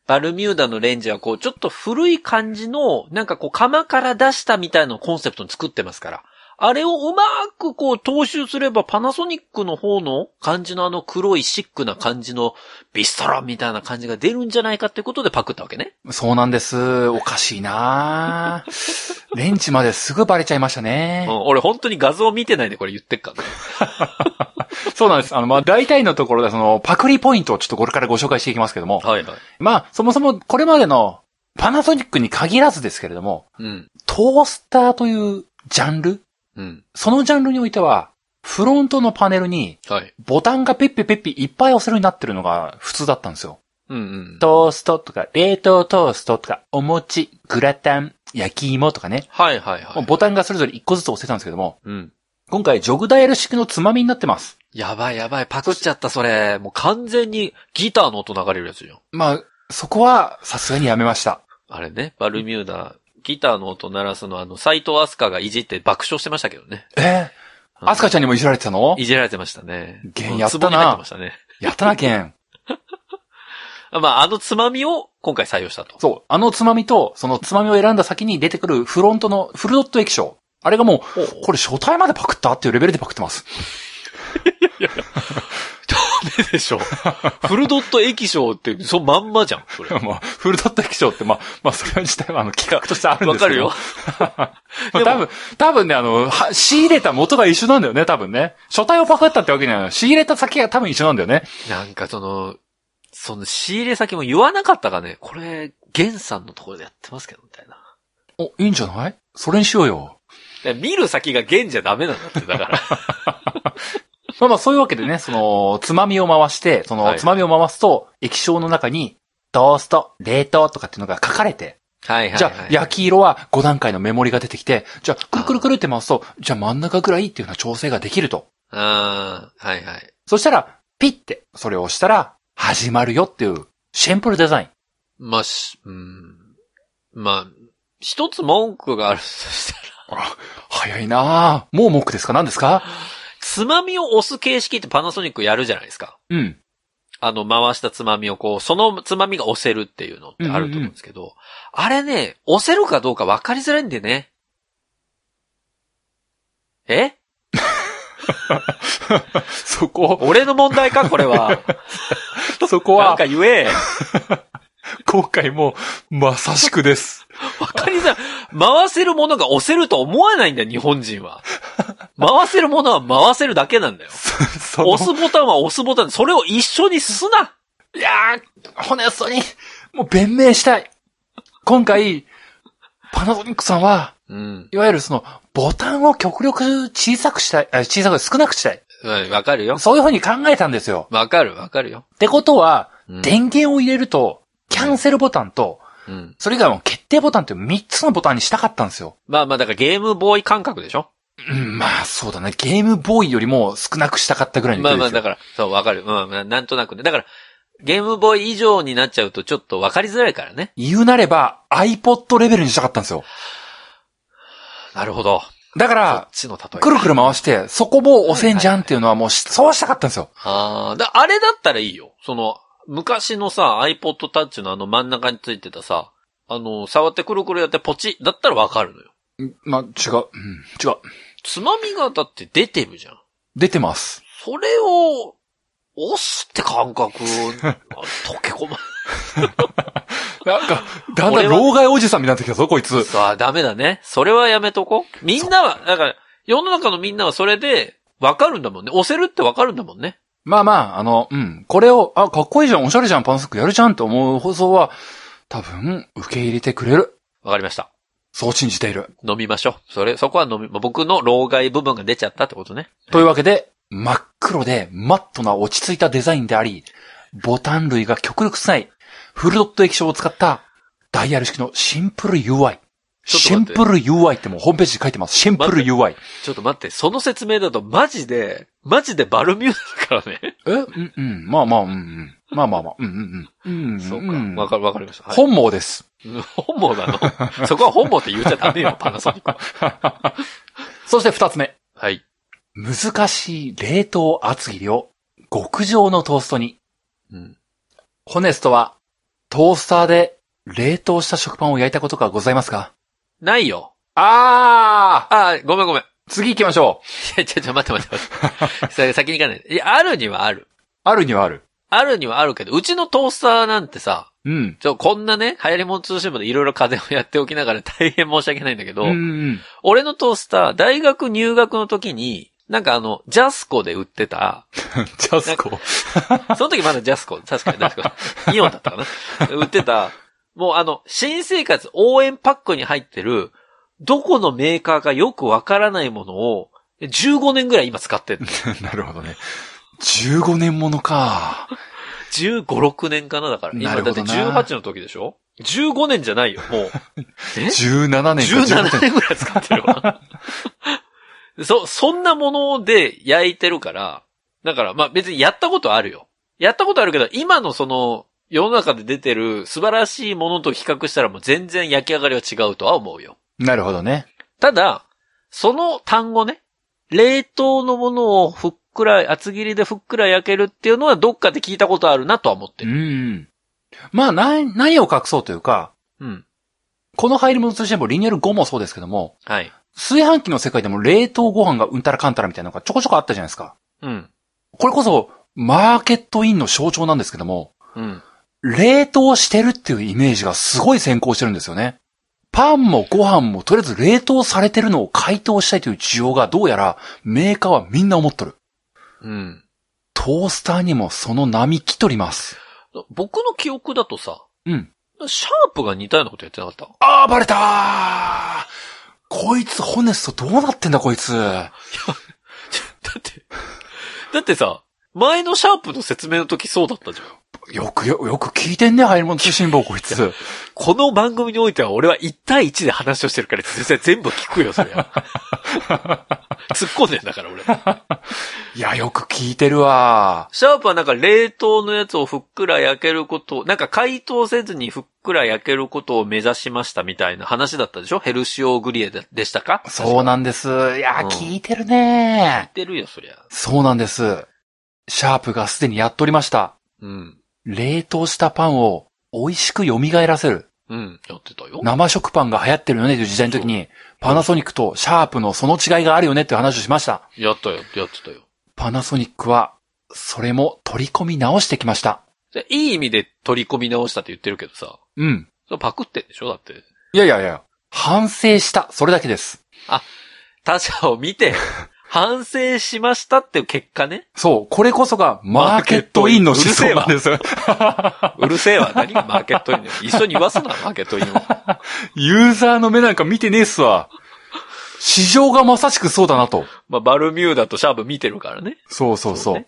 Speaker 1: バルミューダのレンジはこう、ちょっと古い感じの、なんかこう、釜から出したみたいなのをコンセプトに作ってますから。あれをうまくこう踏襲すればパナソニックの方の感じのあの黒いシックな感じのビストラみたいな感じが出るんじゃないかってことでパクったわけね。
Speaker 2: そうなんです。おかしいなーレンチまですぐバレちゃいましたね
Speaker 1: うん。、俺本当に画像見てないでこれ言ってっからね。
Speaker 2: そうなんです。あの、まあ、大体のところで、その、パクリポイントをちょっとこれからご紹介していきますけども、
Speaker 1: はいはい。
Speaker 2: まあ、そもそもこれまでのパナソニックに限らずですけれども、
Speaker 1: うん。
Speaker 2: トースターというジャンル、
Speaker 1: うん。
Speaker 2: そのジャンルにおいては、フロントのパネルに
Speaker 1: はい。
Speaker 2: ボタンがペッペペッピいっぱい押せるようになってるのが普通だったんですよ。
Speaker 1: うんうん。
Speaker 2: トーストとか、冷凍トーストとか、お餅、グラタン、焼き芋とかね、
Speaker 1: はいはいは
Speaker 2: もう
Speaker 1: い。
Speaker 2: ボタンがそれぞれ1個ずつ押せたんですけども、
Speaker 1: うん。
Speaker 2: 今回ジョグダイヤル式のつまみになってます。
Speaker 1: やばいやばい、パクっちゃったそれ。もう完全にギターの音流れるやつじゃん。
Speaker 2: まあ、そこはさすがにやめました。
Speaker 1: あれね、バルミューダ、ギターの音鳴らすの、あの、斎藤飛鳥がいじって爆笑してましたけどね。
Speaker 2: えーアスカちゃんにもいじられてたの
Speaker 1: いじられてましたね。
Speaker 2: ゲンやった
Speaker 1: ツ
Speaker 2: な
Speaker 1: ボに入ってましたね。
Speaker 2: やったな、けん。
Speaker 1: あまあ、あのつまみを今回採用したと。
Speaker 2: そう。あのつまみと、そのつまみを選んだ先に出てくるフロントのフルドット液晶。あれがも
Speaker 1: おう
Speaker 2: う、これ初体までパクったっていうレベルでパクってます。
Speaker 1: ダメで しょ。フルドット液晶って、そのまんまじゃん、それ。
Speaker 2: まあ、フルドット液晶って、まあ、まあ、それ自体はあの企画としてあるん
Speaker 1: わ
Speaker 2: です
Speaker 1: か
Speaker 2: け
Speaker 1: る
Speaker 2: ど。
Speaker 1: よ。
Speaker 2: まあ多分、多分ね、あの、は仕入れた元が一緒なんだよね、多分ね。初体をパクったってわけじゃない。仕入れた先が多分一緒なんだよね。
Speaker 1: なんかその、その仕入れ先も言わなかったかね。これ、ゲンさんのところでやってますけど、みたいな。
Speaker 2: お、いいんじゃないそれにしようよ。
Speaker 1: で見る先がゲンじゃダメなんだって、だ から。
Speaker 2: まあまあ、そういうわけ でね、その、つまみを回して、そ
Speaker 1: は
Speaker 2: の、
Speaker 1: い
Speaker 2: つまみを回すと、液晶の中に、トースト、冷凍とかっていうのが書かれて、
Speaker 1: はいはい、はい。
Speaker 2: じゃあ、焼き色は5段階のメモリが出てきて、じゃあ、くるくるくるって回すと、じゃあ真ん中ぐらいっていうような調整ができると。
Speaker 1: あーはいはい。
Speaker 2: そしたら、ピッて、それを押したら、始まるよっていう、シンプルデザイン。
Speaker 1: まあ、し、うん。まあ、一つ文句があるとしたら、
Speaker 2: あら、早いなぁ。もう文句ですか何ですか
Speaker 1: つまみを押す形式ってパナソニックやるじゃないですか。
Speaker 2: うん。
Speaker 1: あの、回したつまみをこう、そのつまみが押せるっていうのってあると思うんですけど、あれね、押せるかどうか分かりづらいんでね。え
Speaker 2: そこ、
Speaker 1: 俺の問題かこれは。
Speaker 2: そこ
Speaker 1: なん
Speaker 2: は、
Speaker 1: か言え。
Speaker 2: 今回も、まさしくです。
Speaker 1: わかりづらい。回せるものが押せると思わないんだよ、日本人は。回せるものは回せるだけなんだよ。
Speaker 2: その
Speaker 1: 押すボタンは押すボタン。それを一緒にすな。
Speaker 2: いやー、ホネストに、もう弁明したい。今回、パナソニックさんは、
Speaker 1: うん。
Speaker 2: いわゆるその、ボタンを極力小さくしたい、あ小さく少なくしたい。
Speaker 1: うんわかるよ。
Speaker 2: そういうふうに考えたんですよ。
Speaker 1: わかる、わかるよ。
Speaker 2: ってことは、
Speaker 1: うん
Speaker 2: 電源を入れると、キャンセルボタンと、
Speaker 1: うん。
Speaker 2: それ以外も決定ボタンっていう3つのボタンにしたかったんですよ。
Speaker 1: まあまあ、だからゲームボーイ感覚でしょ
Speaker 2: うん、まあそうだね。ゲームボーイよりも少なくしたかったぐらいの
Speaker 1: ま
Speaker 2: 勢
Speaker 1: あ
Speaker 2: いで
Speaker 1: まあ、
Speaker 2: すよ。
Speaker 1: だから、そう、わかる。まあまあ、なんとなくね。だから、ゲームボーイ以上になっちゃうとちょっとわかりづらいからね。
Speaker 2: 言うなれば iPod レベルにしたかったんですよ。
Speaker 1: なるほど。
Speaker 2: だか
Speaker 1: そ
Speaker 2: ら
Speaker 1: っ、ちの例え。
Speaker 2: くるくる回して、そこも押せんじゃんっていうのはもうし、そうしたかったんですよ。
Speaker 1: ああ、だ、あれだったらいいよ。その、昔のさ、iPod Touch のあの真ん中についてたさ、あの、触ってくるくるやってポチだったらわかるのよ。
Speaker 2: まあ、違う。うん、違う。
Speaker 1: つまみがだって出てるじゃん。
Speaker 2: 出てます。
Speaker 1: それを、押すって感 覚を、あ溶け込ま、
Speaker 2: なん か、だんだ
Speaker 1: 俺
Speaker 2: ん
Speaker 1: は
Speaker 2: 老害おじさんみたいになってきたぞ、こいつ。
Speaker 1: さあ、ダメだね。それはやめとこう。みんなは、だから、世の中のみんなはそれで、わかるんだもんね。押せるってわかるんだもんね。
Speaker 2: まあまあ、あの、うん、これを、あ、かっこいいじゃん、おしゃれじゃん、パンスックやるじゃんって思う放送は、多分、受け入れてくれる。
Speaker 1: わかりました。
Speaker 2: そう信じている。
Speaker 1: 飲みましょう。それ、そこは飲み、僕の老害部分が出ちゃったってことね。
Speaker 2: というわけで、真っ黒で、マットな落ち着いたデザインであり、ボタン類が極力少ない、フルドット液晶を使った、ダイヤル式のシンプル UI。
Speaker 1: ち
Speaker 2: シ
Speaker 1: ょっと待っ
Speaker 2: ン
Speaker 1: て
Speaker 2: プル UI ってもうホームページに書いてます。シンプル UI。
Speaker 1: ちょっと待って、その説明だとマジで、マジでバルミューダだからね。
Speaker 2: えうんうん。まあまあ、うんうん。まあまあまあ、うんうんうん。うん、うん。
Speaker 1: そうか。わかる、わかりました。はい
Speaker 2: 本望です。
Speaker 1: 本望なの。そこは本望って言っちゃダメよ、パナソニックは。
Speaker 2: そして二つ目。
Speaker 1: はい。
Speaker 2: 難しい冷凍厚切りを極上のトーストに。
Speaker 1: うん。
Speaker 2: ホネストは、トースターで冷凍した食パンを焼いたことがございますか
Speaker 1: ないよ。
Speaker 2: あー
Speaker 1: ああ、ごめんごめん。い
Speaker 2: 次行きましょう。
Speaker 1: や、 ちょ、ちょ、待って待って待って。それ先に行かないで。いや、あるにはある。
Speaker 2: あるにはある。
Speaker 1: あるにはあるけど、うちのトースターなんてさ、
Speaker 2: うん。
Speaker 1: ちょ、こんなね、流行り物通信部でいろいろ風邪をやっておきながら 大変申し訳ないんだけど、
Speaker 2: うんうん。
Speaker 1: 俺のトースター、大学入学の時に、なんかあの、ジャスコで売ってた、
Speaker 2: ジャスコ。
Speaker 1: その時まだジャスコ、確かに、確かに。イオンだったかな。売ってた、もうあの、新生活応援パックに入ってる、どこのメーカーかよくわからないものを、15年ぐらい今使ってる。
Speaker 2: なるほどね。15年ものか。
Speaker 1: 15、6年かなだから。今だ
Speaker 2: なる
Speaker 1: っ
Speaker 2: ほ
Speaker 1: て
Speaker 2: どな
Speaker 1: 18の時でしょ ?15 年じゃないよ、 もう。え
Speaker 2: 17年か。
Speaker 1: 17年ぐらい使ってるわ。 そ、そんなもので焼いてるから、だから、まあ別にやったことあるよ。やったことあるけど、今のその、世の中で出てる素晴らしいものと比較したらもう全然焼き上がりは違うとは思うよ。
Speaker 2: なるほどね。
Speaker 1: ただ、その単語ね、冷凍のものをふっくら、厚切りでふっくら焼けるっていうのはどっかで聞いたことあるなとは思って
Speaker 2: う
Speaker 1: る。
Speaker 2: ん。まあ、な、何を隠そうというか、
Speaker 1: うん。
Speaker 2: この入り物通信もリニアル5もそうですけども、
Speaker 1: はい。
Speaker 2: 炊飯器の世界でも冷凍ご飯がうんたらかんたらみたいなのがちょこちょこあったじゃないですか。
Speaker 1: うん。
Speaker 2: これこそ、マーケットインの象徴なんですけども、
Speaker 1: うん。
Speaker 2: 冷凍してるっていうイメージがすごい先行してるんですよね。パンもご飯もとりあえず冷凍されてるのを解凍したいという需要がどうやらメーカーはみんな思っとる。
Speaker 1: うん。
Speaker 2: トースターにもその波来とります。
Speaker 1: 僕の記憶だとさ、
Speaker 2: うん。
Speaker 1: シャープが似たようなことやってなかった
Speaker 2: あー、バレたーこいつ、ホネストどうなってんだこいつ。
Speaker 1: だって、だってさ、前のシャープの説明の時そうだったじゃん。
Speaker 2: よくよ、よく聞いてんね、入り物通信簿、こいつ。
Speaker 3: この番組においては俺は1対1で話をしてるから、実際全部聞くよ、そり ゃ。突っ込んでんだから、俺。
Speaker 2: いや、よく聞いてるわ。
Speaker 1: シャープはなんか冷凍のやつをふっくら焼けることを、なんか解凍せずにふっくら焼けることを目指しましたみたいな話だったでしょヘルシオグリエででしたか
Speaker 2: そうなんです。いや、
Speaker 1: うん
Speaker 2: 聞いてるね。
Speaker 1: 言ってるよ、そりゃ。
Speaker 2: そうなんです。シャープがすでにやっておりました。
Speaker 1: うん。
Speaker 2: 冷凍したパンを美味しく蘇らせる。
Speaker 1: うん。やってたよ。
Speaker 2: 生食パンが流行ってるよねという時代の時に、パナソニックとシャープのその違いがあるよねっていう話をしました。
Speaker 1: やったよ、やってたよ。
Speaker 2: パナソニックは、それも取り込み直してきました。
Speaker 1: でいい意味で取り込み直したって言ってるけどさ。
Speaker 2: うん。
Speaker 1: それパクってんでしょだって。
Speaker 2: いやいやいや。反省した。それだけです。
Speaker 1: 他者を見 て、反省しましたっていう結果ね。
Speaker 2: そう。これこそが、マーケットインの思想なんです。
Speaker 1: うるせえわ。何がマーケットインだよ一緒に言わすな、マーケットインを。
Speaker 2: ユーザーの目なんか見てねえっすわ。市場がまさしくそうだなと。
Speaker 1: まあ、バルミューダとシャープ見てるからね。
Speaker 2: そうそうそう。
Speaker 1: ねん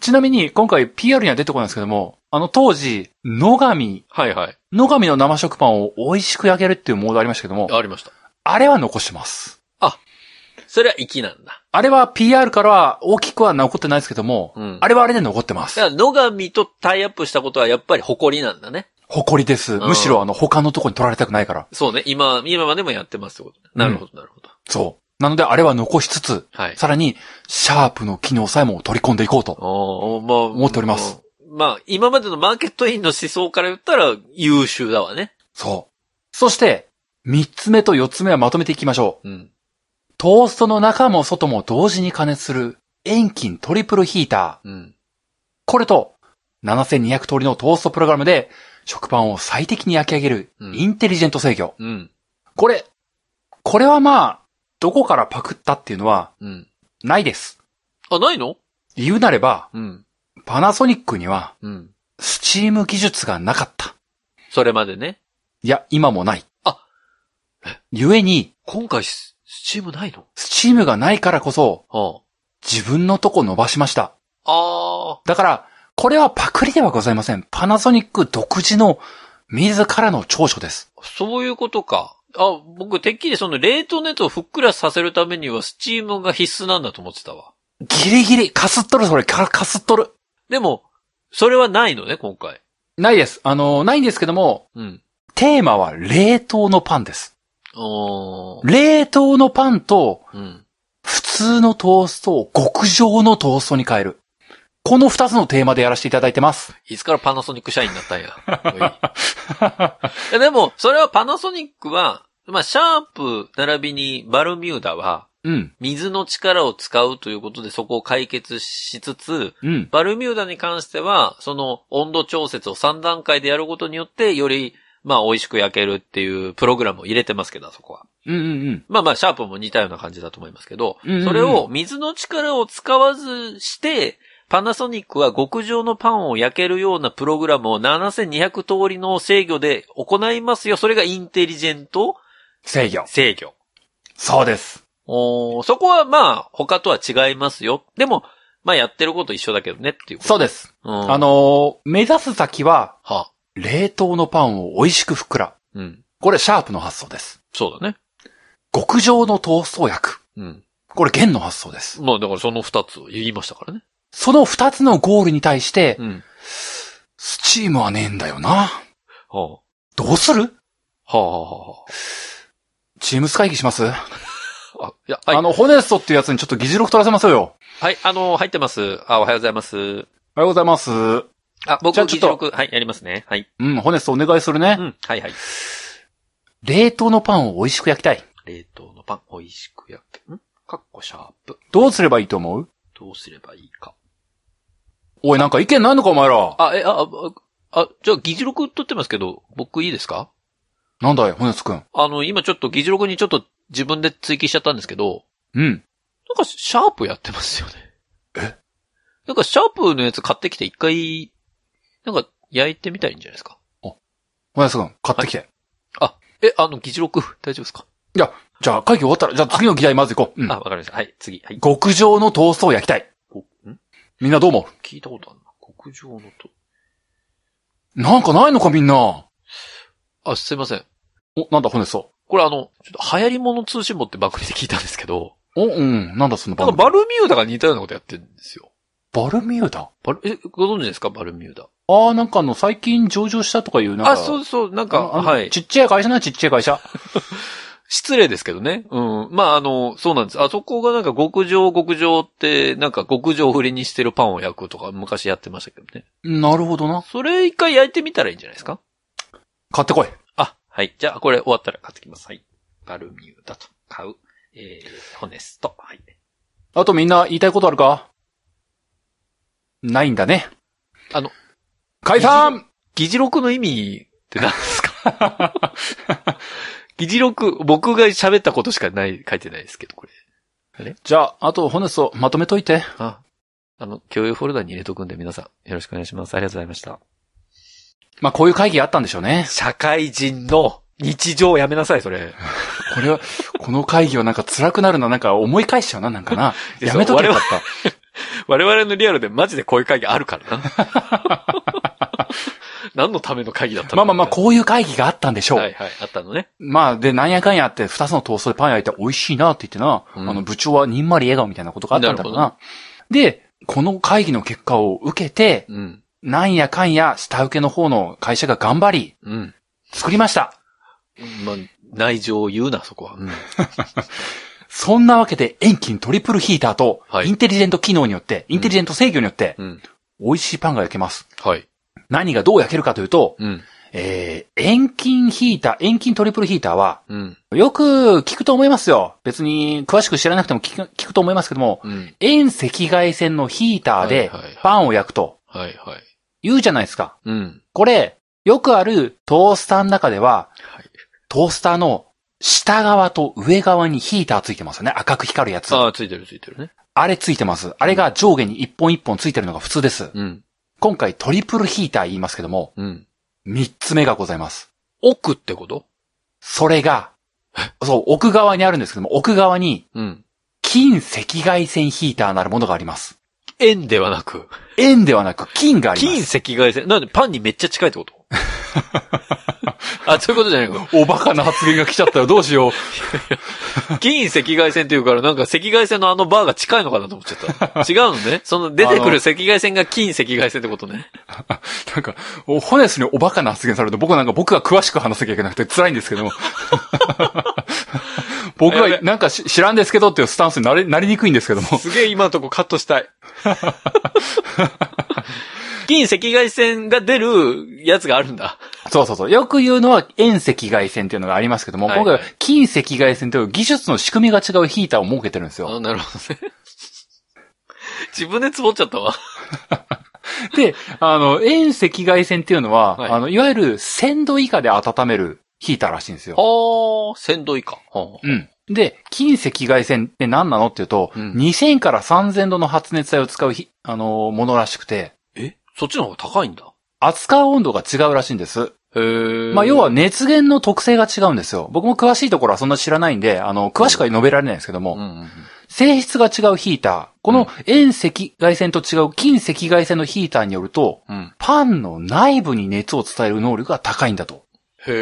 Speaker 2: ちなみに、今回 PR には出てこないんですけども、あの当時、野上、
Speaker 1: はいはい。
Speaker 2: 野上の生食パンを美味しく焼けるっていうモードありましたけども、
Speaker 1: ありました。
Speaker 2: あれは残してます。
Speaker 1: それは粋なんだ。
Speaker 2: あれは PR からは大きくは残ってないですけども、
Speaker 1: うん
Speaker 2: あれはあれで残ってます
Speaker 1: だか。ら、野上とタイアップしたことはやっぱり誇りなんだね。
Speaker 2: 誇りです。
Speaker 1: うん
Speaker 2: むしろあの他のとこに取られたくないから。
Speaker 1: そうね。今、今までもやってますってことね。なるほど、なるほど。
Speaker 2: そう。なのであれは残しつつ、
Speaker 1: はい。
Speaker 2: さらに、シャープの機能さえも取り込んでいこうと。
Speaker 1: おーまあ、
Speaker 2: 思っております。
Speaker 1: まあ、今までのマーケットインの思想から言ったら優秀だわね。
Speaker 2: そう。そして、三つ目と四つ目はまとめていきましょう。
Speaker 1: うん。
Speaker 2: トーストの中も外も同時に加熱する、遠近トリプルヒーター。
Speaker 1: うん。
Speaker 2: これと、7200通りのトーストプログラムで、食パンを最適に焼き上げる、
Speaker 1: うん
Speaker 2: インテリジェント制御。
Speaker 1: うん。
Speaker 2: これ、これはまあ、どこからパクったっていうのは、
Speaker 1: うん。
Speaker 2: ないです。
Speaker 1: あ、ないの
Speaker 2: 理由なれば、
Speaker 1: うん。
Speaker 2: パナソニックには、
Speaker 1: うん。
Speaker 2: スチーム技術がなかった。
Speaker 1: それまでね。
Speaker 2: いや、今もない。
Speaker 1: あ
Speaker 2: ゆえに、
Speaker 1: 今回ス、スチームないの
Speaker 2: スチームがないからこそ、
Speaker 1: は
Speaker 2: 自分のとこ伸ばしました。
Speaker 1: あ。ああ。
Speaker 2: だから、これはパクリではございません。パナソニック独自の、自らの長所です。
Speaker 1: そういうことか。あ、僕、てっきりその冷凍のやつをふっくらさせるためにはスチームが必須なんだと思ってたわ。
Speaker 2: ギリギリ、かすっとる、それ、か、かすっとる。
Speaker 1: でも、それはないのね、今回。
Speaker 2: ないです。あの、ないんですけども、
Speaker 1: うん。
Speaker 2: テーマは冷凍のパンです。
Speaker 1: おー。
Speaker 2: 冷凍のパンと、
Speaker 1: うん。
Speaker 2: 普通のトーストを極上のトーストに変える。この二つのテーマでやらせていただいてます。
Speaker 1: いつからパナソニック社員になったんや。おいいやでも、それはパナソニックは、まあ、シャープ並びにバルミューダは、
Speaker 2: うん、
Speaker 1: 水の力を使うということでそこを解決しつつ、
Speaker 2: うん、
Speaker 1: バルミューダに関しては、その温度調節を3段階でやることによって、より、まあ、美味しく焼けるっていうプログラムを入れてますけど、あそこは。
Speaker 2: うん、うん、
Speaker 1: まあまあ、シャープも似たような感じだと思いますけど、
Speaker 2: うんうんうん
Speaker 1: それを水の力を使わずして、パナソニックは極上のパンを焼けるようなプログラムを7200通りの制御で行いますよ。それがインテリジェント
Speaker 2: 制御。
Speaker 1: 制御。
Speaker 2: そうです。
Speaker 1: おーそこはまあ、他とは違いますよ。でも、まあやってること一緒だけどねっていうこと。
Speaker 2: そうです。
Speaker 1: うん
Speaker 2: あ、のー目指す先は、
Speaker 1: は、
Speaker 2: 冷凍のパンを美味しくふっくら。
Speaker 1: うん。
Speaker 2: これ、シャープの発想です。
Speaker 1: そうだね。
Speaker 2: 極上のトーストを焼く。
Speaker 1: うん。
Speaker 2: これ、弦の発想です。
Speaker 1: まあだからその二つを言いましたからね。
Speaker 2: その二つのゴールに対して、
Speaker 1: ん。
Speaker 2: スチームはねえんだよな。
Speaker 1: は
Speaker 2: どうする
Speaker 1: あ、はあ、はあ、は
Speaker 2: チームス会議します、
Speaker 1: あ。あ、いや、はい
Speaker 2: あ。の、ホネストっていうやつにちょっと議事録取らせましょうよ。
Speaker 1: はい、あの、入ってます。あ、おはようございます。
Speaker 2: おはようございます。う
Speaker 1: あ、僕、
Speaker 2: じゃあちょ
Speaker 1: 議
Speaker 2: っと
Speaker 1: 事録、はい、やりますね。はい。
Speaker 2: ん、ホネストお願いするね。
Speaker 1: うん、はいはい。
Speaker 2: 冷凍のパンを美味しく焼きたい。
Speaker 1: 冷凍のパン、美味しく焼け。んかっこシャープ。
Speaker 2: どうすればいいと思う
Speaker 1: どうすればいいか。
Speaker 2: おい、なんか意見ないのかお前ら。
Speaker 1: あ、え、あ、あ、あじゃあ議事録取ってますけど、僕いいですか
Speaker 2: なんだい、ホネストくん。
Speaker 1: あの、今ちょっと議事録にちょっと自分で追記しちゃったんですけど、
Speaker 2: うん。
Speaker 1: なんかシャープやってますよね。えなんかシャープのやつ買ってきて一回、なんか焼いてみたらいいんじゃないですか。
Speaker 2: ホネストくん、買ってきて。
Speaker 1: え、あの、議事録、大丈夫ですか、
Speaker 2: じゃあ、会議終わったら、じゃあ次の議題まず行こう。うん
Speaker 1: あ、わかりました。はい、次。はい。
Speaker 2: 極上のトーストを焼きたい。
Speaker 1: ごん
Speaker 2: みんなどう思う
Speaker 1: 聞いたことあるな。極上のと。
Speaker 2: なんかないのかみんな。お、
Speaker 1: あ、すいません。
Speaker 2: なんだ、骨そ
Speaker 1: これあの、ちょっと流行り物通信簿って番組で聞いたんですけど、
Speaker 2: う。お、うん、なんだその
Speaker 1: な
Speaker 2: 番
Speaker 1: んか
Speaker 2: 組。
Speaker 1: バルミューダが似たようなことやってるんですよ。
Speaker 2: バルミューダ
Speaker 1: バル、え、ご存知ですかバルミューダ。
Speaker 2: ああ、なんかあの、最近上場したとかいう、なんか。
Speaker 1: あ、そうそう、なんか、
Speaker 2: あの
Speaker 1: はい。
Speaker 2: ちっちゃい会社な、ちっちゃい会社。
Speaker 1: 失礼ですけどね。うん。まあ、あの、そうなんです。あそこがなんか極上極上って、なんか極上振りにしてるパンを焼くとか昔やってましたけどね。
Speaker 2: なるほどな。
Speaker 1: それ一回焼いてみたらいいんじゃないですか
Speaker 2: 買ってこい。
Speaker 1: あ、はい。じゃあ、これ終わったら買ってきます。はい。バルミューダと買う。えー、ホネスト。はい。
Speaker 2: あとみんな言いたいことあるかないんだね。
Speaker 1: あの、
Speaker 2: 解散
Speaker 1: 議事録の意味って何ですか 議事録、僕が喋ったことしかない、書いてないですけど、これ。
Speaker 2: じゃあ、あと、ホネスをまとめといて。
Speaker 1: あ、あの、共有フォルダに入れとくんで皆さん、よろしくお願いします。ありがとうございました。
Speaker 2: まあ、こういう会議あったんでしょうね。
Speaker 1: 社会人の日常をやめなさい、それ。
Speaker 2: これは、 この会議はなんか辛くなるな、なんか思い返しちゃうな、なん かな。
Speaker 1: で
Speaker 2: やめとけ
Speaker 1: 我
Speaker 2: よ
Speaker 1: 々
Speaker 2: かった。
Speaker 1: 我々のリアルでマジでこういう会議あるからな。 何のための会議だったの
Speaker 2: まあまあまあ、こういう会議があったんでしょう。
Speaker 1: はいはい、あったのね。
Speaker 2: まあ、で、なんやかんやあって、二つのトーストでパン焼いて美味しいなって言ってな、
Speaker 1: うん
Speaker 2: あの、部長はにんまり笑顔みたいなことがあったんだろうな。
Speaker 1: な
Speaker 2: で、この会議の結果を受けて、
Speaker 1: うん。
Speaker 2: なんやかんや下請けの方の会社が頑張り、
Speaker 1: うん。
Speaker 2: 作りました。
Speaker 1: まあ、内情を言うな、そこは。うん。
Speaker 2: そんなわけで、遠近トリプルヒーターと
Speaker 1: は、い
Speaker 2: インテリジェント機能によって、インテリジェント制御によって、
Speaker 1: うん。
Speaker 2: 美味しいパンが焼けます。
Speaker 1: はい。
Speaker 2: 何がどう焼けるかというと、
Speaker 1: うん。
Speaker 2: えー、遠近ヒーター、遠近トリプルヒーターは、
Speaker 1: うん。
Speaker 2: よく聞くと思いますよ。別に、詳しく知らなくても聞く聞くと思いますけども、
Speaker 1: うん。
Speaker 2: 遠赤外線のヒーターで
Speaker 1: はいはいはい
Speaker 2: パンを焼くと
Speaker 1: はいはい。
Speaker 2: 言うじゃないですか。
Speaker 1: うん。
Speaker 2: これ、よくあるトースターの中では、
Speaker 1: はい。
Speaker 2: トースターの下側と上側にヒーターついてますよね。赤く光るやつ。
Speaker 1: あ
Speaker 2: あ
Speaker 1: あ、ついてるついてるね。
Speaker 2: れついてます。あれが上下に一本一本ついてるのが普通です。
Speaker 1: うん。
Speaker 2: 今回トリプルヒーター言いますけども、
Speaker 1: うん。
Speaker 2: 三つ目がございます。
Speaker 1: 奥ってこと
Speaker 2: それが、そう、奥側にあるんですけども、奥側に
Speaker 1: うん。
Speaker 2: 近赤外線ヒーターなるものがあります。
Speaker 1: 円ではなく、
Speaker 2: 円ではなく金がありま
Speaker 1: 近
Speaker 2: す。
Speaker 1: 赤外線。なんでパンにめっちゃ近い ってことあ、そういうことじゃないの
Speaker 2: おバカな発言が来ちゃったよ。どうしよう。
Speaker 1: 近赤外線っていうから、なんか赤外線のあのバーが近いのかなと思っちゃ った。違うのねその出てくる赤外線が近赤外線ってことね。
Speaker 2: なんか、おホネスにおバカな発言されると、僕なんか僕が詳しく話さなきゃいけなくて辛いんですけ ども。僕
Speaker 1: や
Speaker 2: は
Speaker 1: べ
Speaker 2: なんかし知らんですけどっていうスタンスになれ、なりにくいんですけども。
Speaker 1: すげえ今のとこカットした い。近赤外線が出るやつがあるんだ。
Speaker 2: そうそうそう。よく言うのは遠赤外線っていうのがありますけども、
Speaker 1: はいはい
Speaker 2: 今回は近赤外線という技術の仕組みが違うヒーターを設けてるんですよ。
Speaker 1: あ、なるほどね。自分でつぼっちゃったわ。
Speaker 2: で、あの、遠赤外線っていうのは、
Speaker 1: はい
Speaker 2: あの、いわゆる1000度以下で温めるヒーターらしいんですよ。
Speaker 1: ああ、鮮度以下。はあ
Speaker 2: うん。で、近赤外線って何なのっていうと、
Speaker 1: うん
Speaker 2: 2000から3000度の発熱材を使うひ、あの、ものらしくて、
Speaker 1: えそっちの方が高いんだ。
Speaker 2: 扱う温度が違うらしいんです。
Speaker 1: へえ。
Speaker 2: まあ、要は、熱源の特性が違うんですよ。僕も詳しいところはそんな知らないんで、あの、詳しくは述べられないんですけど
Speaker 1: うんう
Speaker 2: も、
Speaker 1: んうん、
Speaker 2: 性質が違うヒーター、
Speaker 1: う
Speaker 2: こ
Speaker 1: ん
Speaker 2: の遠赤外線と違う近赤外線のヒーターによると、
Speaker 1: うん。
Speaker 2: パンの内部に熱を伝える能力が高いんだと。
Speaker 1: へ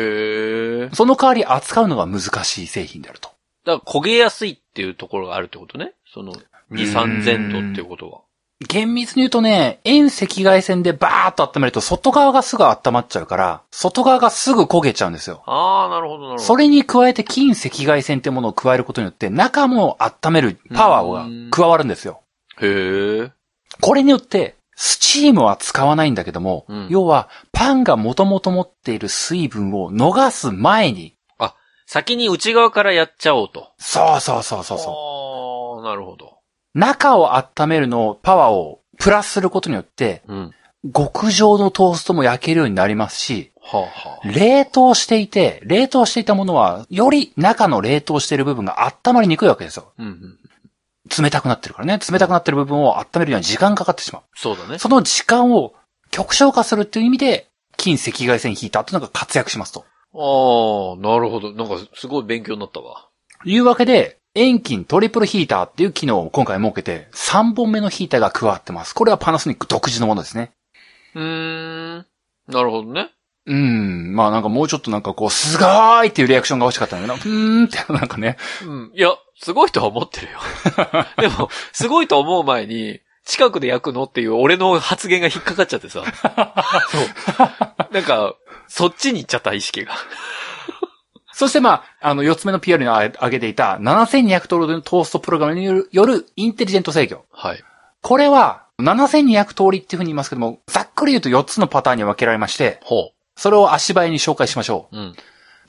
Speaker 1: え。
Speaker 2: その代わり扱うのが難しい製品であると。
Speaker 1: だから焦げやすいっていうところがあるってことね。その、2、3000度っていうことは。
Speaker 2: 厳密に言うとね、遠赤外線でバーっと温めると外側がすぐ温まっちゃうから、外側がすぐ焦げちゃうんですよ。
Speaker 1: ああ、なるほど、なるほど。
Speaker 2: それに加えて近赤外線ってものを加えることによって中も温めるパワーが加わるんですよ。
Speaker 1: へえ。
Speaker 2: これによって、スチームは使わないんだけども、
Speaker 1: うん
Speaker 2: 要はパンが元々持っている水分を逃す前に、
Speaker 1: 先に内側からやっちゃおうと。
Speaker 2: そうそうそうそうそう。
Speaker 1: ああ、なるほど。
Speaker 2: 中を温めるのを、パワーをプラスすることによって、
Speaker 1: うん。は
Speaker 2: 極上のトーストも焼けるようになりますし、
Speaker 1: あ、はあ。
Speaker 2: 冷凍していて、冷凍していたものは、より中の冷凍している部分が温まりにくいわけですよ。
Speaker 1: うん、うん。
Speaker 2: 冷たくなってるからね。冷たくなってる部分を温めるには時間かかってしま
Speaker 1: そうだね
Speaker 2: う。。その時間を極小化するっていう意味で、近赤外線ヒーターというのが活躍しますと。
Speaker 1: ああ、なるほど。なんか、すごい勉強になったわ。
Speaker 2: いうわけで、遠近トリプルヒーターっていう機能を今回設けて、3本目のヒーターが加わってます。これはパナソニック独自のものですね。
Speaker 1: うーん。なるほどね。
Speaker 2: うん。まあなんかもうちょっとなんかこう、すごーいっていうリアクションが欲しかったんだけど、うーんってなんかね。
Speaker 1: うん。いや、すごいとは思って るよ。でも、すごいと思う前に、近くで焼くのっていう俺の発言が引っかかっちゃって さ。そう。なんか、そっちに行っちゃった意識が。
Speaker 2: そしてまあ、あの、四つ目の PR にあ挙げていた、7200トールのトーストプログラムによるよるインテリジェント制御。
Speaker 1: はい。
Speaker 2: これは、7200通りっていうふうに言いますけども、ざっくり言うと4つのパターンに分けられまして、
Speaker 1: ほ
Speaker 2: それを足早に紹介しましょう。
Speaker 1: う。うん。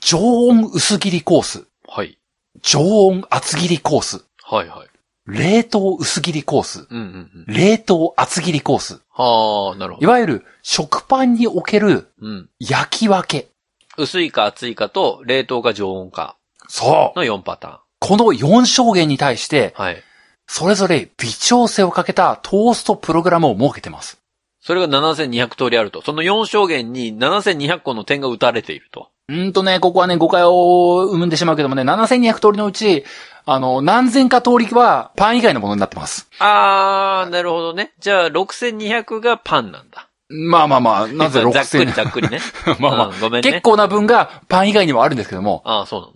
Speaker 2: 常温薄切りコース、
Speaker 1: はい。
Speaker 2: 常温厚切りコース、
Speaker 1: はいはい。
Speaker 2: 冷凍薄切りコース、
Speaker 1: うんうんうん。
Speaker 2: 冷凍厚切りコース。
Speaker 1: はあ、なるほ
Speaker 2: い
Speaker 1: ど。
Speaker 2: わゆる、食パンにおける
Speaker 1: うん。
Speaker 2: 焼き分け。
Speaker 1: 薄いか厚いかと、冷凍か常温か
Speaker 2: そう。
Speaker 1: の4パタ
Speaker 2: この4証言に対して、
Speaker 1: ーン。はい。
Speaker 2: それぞれ微調整をかけたトーストプログラムを設けてます。
Speaker 1: それが7200通りあると。その4証言に7200個の点が打たれていると。
Speaker 2: うーんとね、ここはね、誤解を生んでしまうけどもね、7200通りのうち、あの、何千か通りはパン以外のものになってます。
Speaker 1: あー、なるほどね。じゃあ、6200がパンなんだ。
Speaker 2: まあまあまあ、なぜ
Speaker 1: ざっくり
Speaker 2: 6000。
Speaker 1: ざっく りね。
Speaker 2: まあまあ、
Speaker 1: うんごめんね。
Speaker 2: 結構な分がパン以外にもあるんですけども、
Speaker 1: ああ、そうな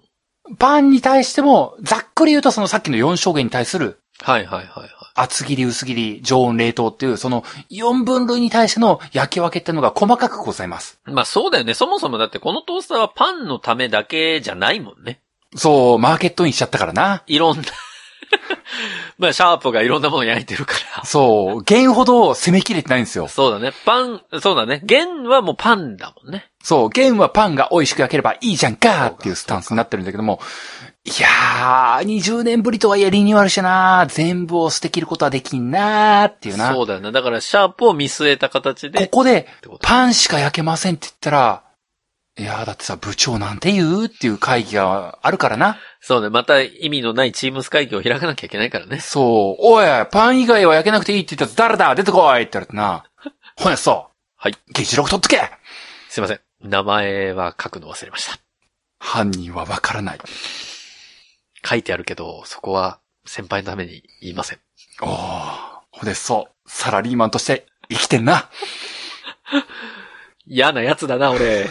Speaker 1: の。
Speaker 2: パンに対しても、ざっくり言うとそのさっきの4証言に対する、
Speaker 1: はいはいはいはい。
Speaker 2: 厚切り、薄切り、常温、冷凍っていう、その4分類に対しての焼き分けっていうのが細かくございます。
Speaker 1: まあそうだよね。そもそもだってこのトースターはパンのためだけじゃないもんね。
Speaker 2: そう、マーケットインしちゃったからな。
Speaker 1: いろんな。 まあシャープがいろんなものを焼いてるか
Speaker 2: そう、弦ほど攻めきれてないんですよ
Speaker 1: ら。。そうだね。パン、そうだね。弦はもうパンだもんね。
Speaker 2: そう、ゲームはパンが美味しく焼ければいいじゃんかっていうスタンスになってるんだけども、いやー、20年ぶりとはいえリニューアルしてな全部を捨てきることはできんなーっていうな。
Speaker 1: そうだよね。だからシャープを見据えた形で。
Speaker 2: ここで
Speaker 1: ってこと
Speaker 2: パンしか焼けませんって言ったら、いやー、だってさ、部長なんて言うっていう会議があるからな。
Speaker 1: そうね。また意味のないチームス会議を開かなきゃいけないからね。
Speaker 2: そう、おい、パン以外は焼けなくていいって言ったら誰だ出てこいって言われてな。ほねそう。
Speaker 1: はい。
Speaker 2: 議事録取っとけ
Speaker 1: すいません。名前は書くの忘れました。
Speaker 2: 犯人はわからない。
Speaker 1: 書いてあるけど、そこは先輩のために言いません。
Speaker 2: おー、ほねそう。サラリーマンとして生きてんな。
Speaker 1: 嫌なやつだな、俺。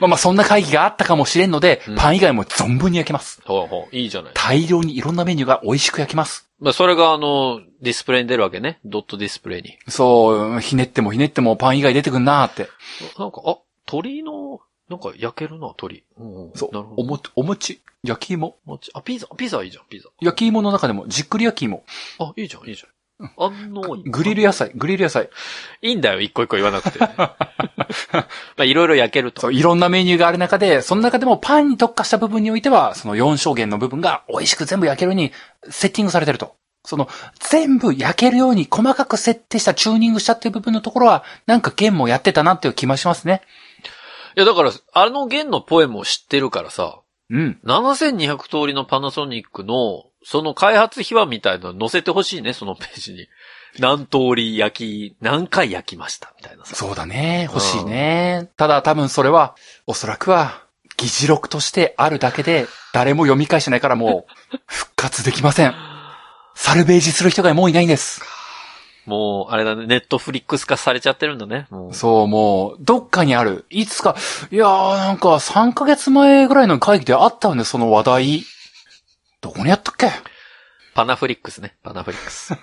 Speaker 2: まあまあそんな会議があったかもしれんので、
Speaker 1: うん
Speaker 2: パン以外も存分に焼けます。
Speaker 1: ほうほう。いいじゃない。
Speaker 2: 大量にいろんなメニューが美味しく焼けます。
Speaker 1: まあ、それがあの、ディスプレイに出るわけね。ドットディスプレイに。
Speaker 2: そう、ひねってもひねってもパン以外出てくんなーって。
Speaker 1: なんか、あ、鳥の、なんか焼けるな、鳥。うん、
Speaker 2: そう
Speaker 1: なるほど。
Speaker 2: おも、お餅、焼き芋。
Speaker 1: もちあ、ピザ、ピザいいじゃん、ピザ。
Speaker 2: 焼き芋の中でもじっくり焼き芋。
Speaker 1: あ、いいじゃん、いいじゃん。あの、
Speaker 2: グリル野菜、グリル野菜。
Speaker 1: いいんだよ、一個一個言わな くて。まあ、いろいろ焼けると。
Speaker 2: そう、いろんなメニューがある中で、その中でもパンに特化した部分においては、その4証言の部分が美味しく全部焼けるようにセッティングされてると。その、全部焼けるように細かく設定した、チューニングしたっていう部分のところは、なんかゲンもやってたなっていう気もしますね。
Speaker 1: いや、だから、あの弦のポエムを知ってるからさ、
Speaker 2: うん。
Speaker 1: 7200通りのパナソニックの、その開発秘話みたいなの載せてほしいね、そのページに。 何通り焼き、何回焼きました、みたいなさ。
Speaker 2: そうだね。欲しいね。ただ多分それは、おそらくは、議事録としてあるだけで、誰も読み返してないからもう、復活できません。サルベージする人がもういないんです。
Speaker 1: もう、あれだね、ネットフリックス化されちゃってるんだね。もう
Speaker 2: そう、もう、どっかにある。いつか、いやーなんか3ヶ月前ぐらいの会議であったよね、その話題。どこにやったっけ
Speaker 1: パナフリックスね。 パナフリックス。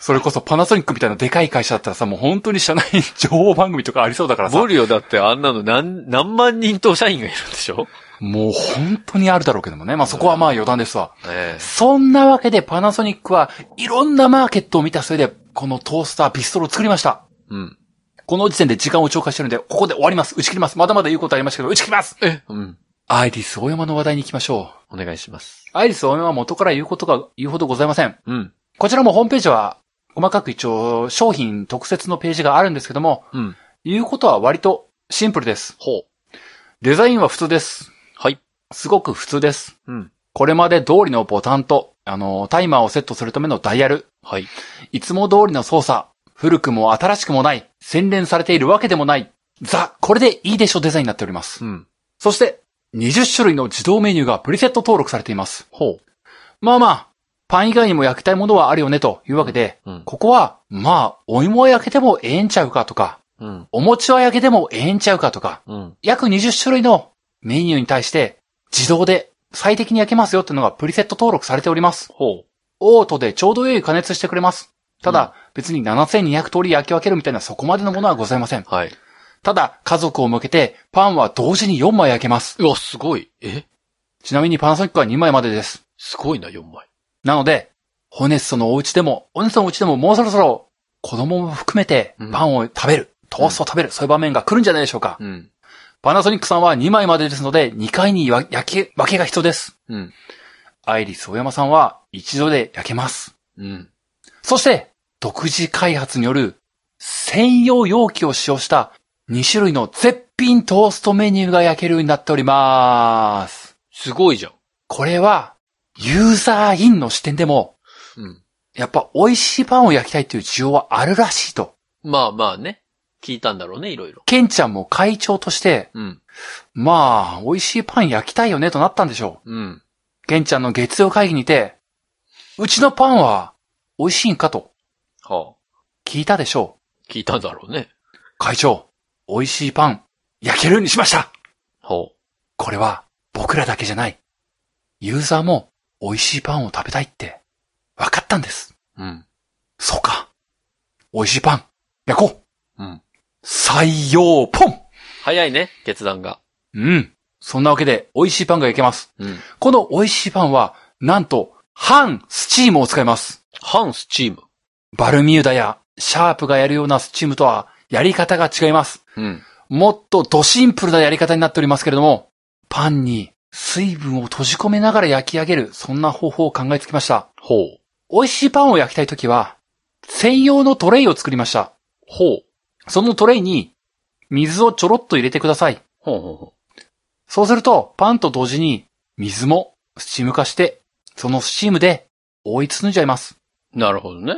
Speaker 2: それこそパナソニックみたいなでかい会社だったらさ、もう本当に社内情報番組とかありそうだからさ。
Speaker 1: ボリオだってあんなの何、何万人と社員がいるんでしょ
Speaker 2: もう本当にあるだろうけどもね。まあそこはまあ余談ですわ。
Speaker 1: え
Speaker 2: そんなわけでパナソニックはいろんなマーケットを見たせいで、このトースターピストルを作りました。
Speaker 1: うん。
Speaker 2: この時点で時間を超過してるんで、ここで終わります。打ち切ります。まだまだ言うことありましたけど、打ち切ります
Speaker 1: えうん。
Speaker 2: アイリス大山の話題に行きましょ
Speaker 1: お願いします。
Speaker 2: う。アイリス大山は元から言うことが言うほどございません。
Speaker 1: うん。
Speaker 2: こちらもホームページは、細かく一応、商品特設のページがあるんですけども、
Speaker 1: うん。
Speaker 2: 言うことは割とシンプルです。
Speaker 1: ほう。
Speaker 2: デザインは普通です。
Speaker 1: はい。
Speaker 2: すごく普通です。
Speaker 1: うん。
Speaker 2: これまで通りのボタンと、あの、タイマーをセットするためのダイヤル、
Speaker 1: はい。
Speaker 2: いつも通りの操作。古くも新しくもない。洗練されているわけでもない。ザ、これでいいでしょデザインになっております。
Speaker 1: うん。
Speaker 2: そして、20種類の自動メニューがプリセット登録されています。
Speaker 1: ほう。
Speaker 2: まあまあ、パン以外にも焼きたいものはあるよねというわけで、
Speaker 1: うん。
Speaker 2: ここは、まあ、お芋は焼けてもええんちゃうかとか、
Speaker 1: うん。
Speaker 2: お餅は焼けてもええんちゃうかとか、
Speaker 1: うん。
Speaker 2: 約20種類のメニューに対して、自動で最適に焼けますよっていうのがプリセット登録されております。
Speaker 1: ほ
Speaker 2: オートでちょうど良い加熱してくれます。ただ、別に7200通り焼き分けるみたいなそこまでのものはございません。
Speaker 1: う。はい。
Speaker 2: ただ、家族を向けて、パンは同時に4枚焼けます。
Speaker 1: うわ、すごい。え
Speaker 2: ちなみにパナソニックは2枚までです。
Speaker 1: すごいな、4枚。
Speaker 2: なので、ホネストのお家でも、ホネストのお家でももうそろそろ、子供も含めて
Speaker 1: うん、
Speaker 2: パンを食べる、トーストを食べる、そういう場面が来るんじゃないでしょうか。
Speaker 1: うん。
Speaker 2: パナソニックさんは2枚までですので、2回にわ焼き分けが必要です。
Speaker 1: うん。
Speaker 2: アイリス・オヤマさんは、一度で焼けます。
Speaker 1: うん。
Speaker 2: そして、独自開発による専用容器を使用した2種類の絶品トーストメニューが焼けるようになっております。
Speaker 1: すごいじゃん。
Speaker 2: これは、ユーザーインの視点でも、
Speaker 1: うん。
Speaker 2: やっぱ美味しいパンを焼きたいという需要はあるらしいと。
Speaker 1: まあまあね。聞いたんだろうね、いろいろ。
Speaker 2: ケンちゃんも会長として、
Speaker 1: うん。
Speaker 2: まあ、美味しいパン焼きたいよねとなったんでしょ
Speaker 1: うん。
Speaker 2: う。ケンちゃんの月曜会議にて、うちのパンは美味しいんかと
Speaker 1: は
Speaker 2: 聞いたでしょう。
Speaker 1: あ。聞いたんだろうね。
Speaker 2: 会長、美味しいパン焼けるようにしました
Speaker 1: ほ
Speaker 2: これは僕らだけじゃない。ユーザーも美味しいパンを食べたいって分かったんです。
Speaker 1: う。うん。
Speaker 2: そうか。美味しいパン、焼こう。
Speaker 1: うん。
Speaker 2: 採用ポン
Speaker 1: 早いね、決断が。
Speaker 2: うん。そんなわけで美味しいパンが焼けます。
Speaker 1: うん。
Speaker 2: この美味しいパンは、なんと、半スチームを使います。
Speaker 1: 反スチーム。
Speaker 2: バルミューダやシャープがやるようなスチームとはやり方が違います。
Speaker 1: うん。
Speaker 2: もっとドシンプルなやり方になっておりますけれども、パンに水分を閉じ込めながら焼き上げる、そんな方法を考えつきました。
Speaker 1: ほう。
Speaker 2: 美味しいパンを焼きたいときは、専用のトレイを作りました。
Speaker 1: ほう。
Speaker 2: そのトレイに、水をちょろっと入れてください。
Speaker 1: ほうほうほ
Speaker 2: そうすると、パンと同時に、水もスチーム化して、そのスチームで覆い包んじゃいます。
Speaker 1: う。なるほどね。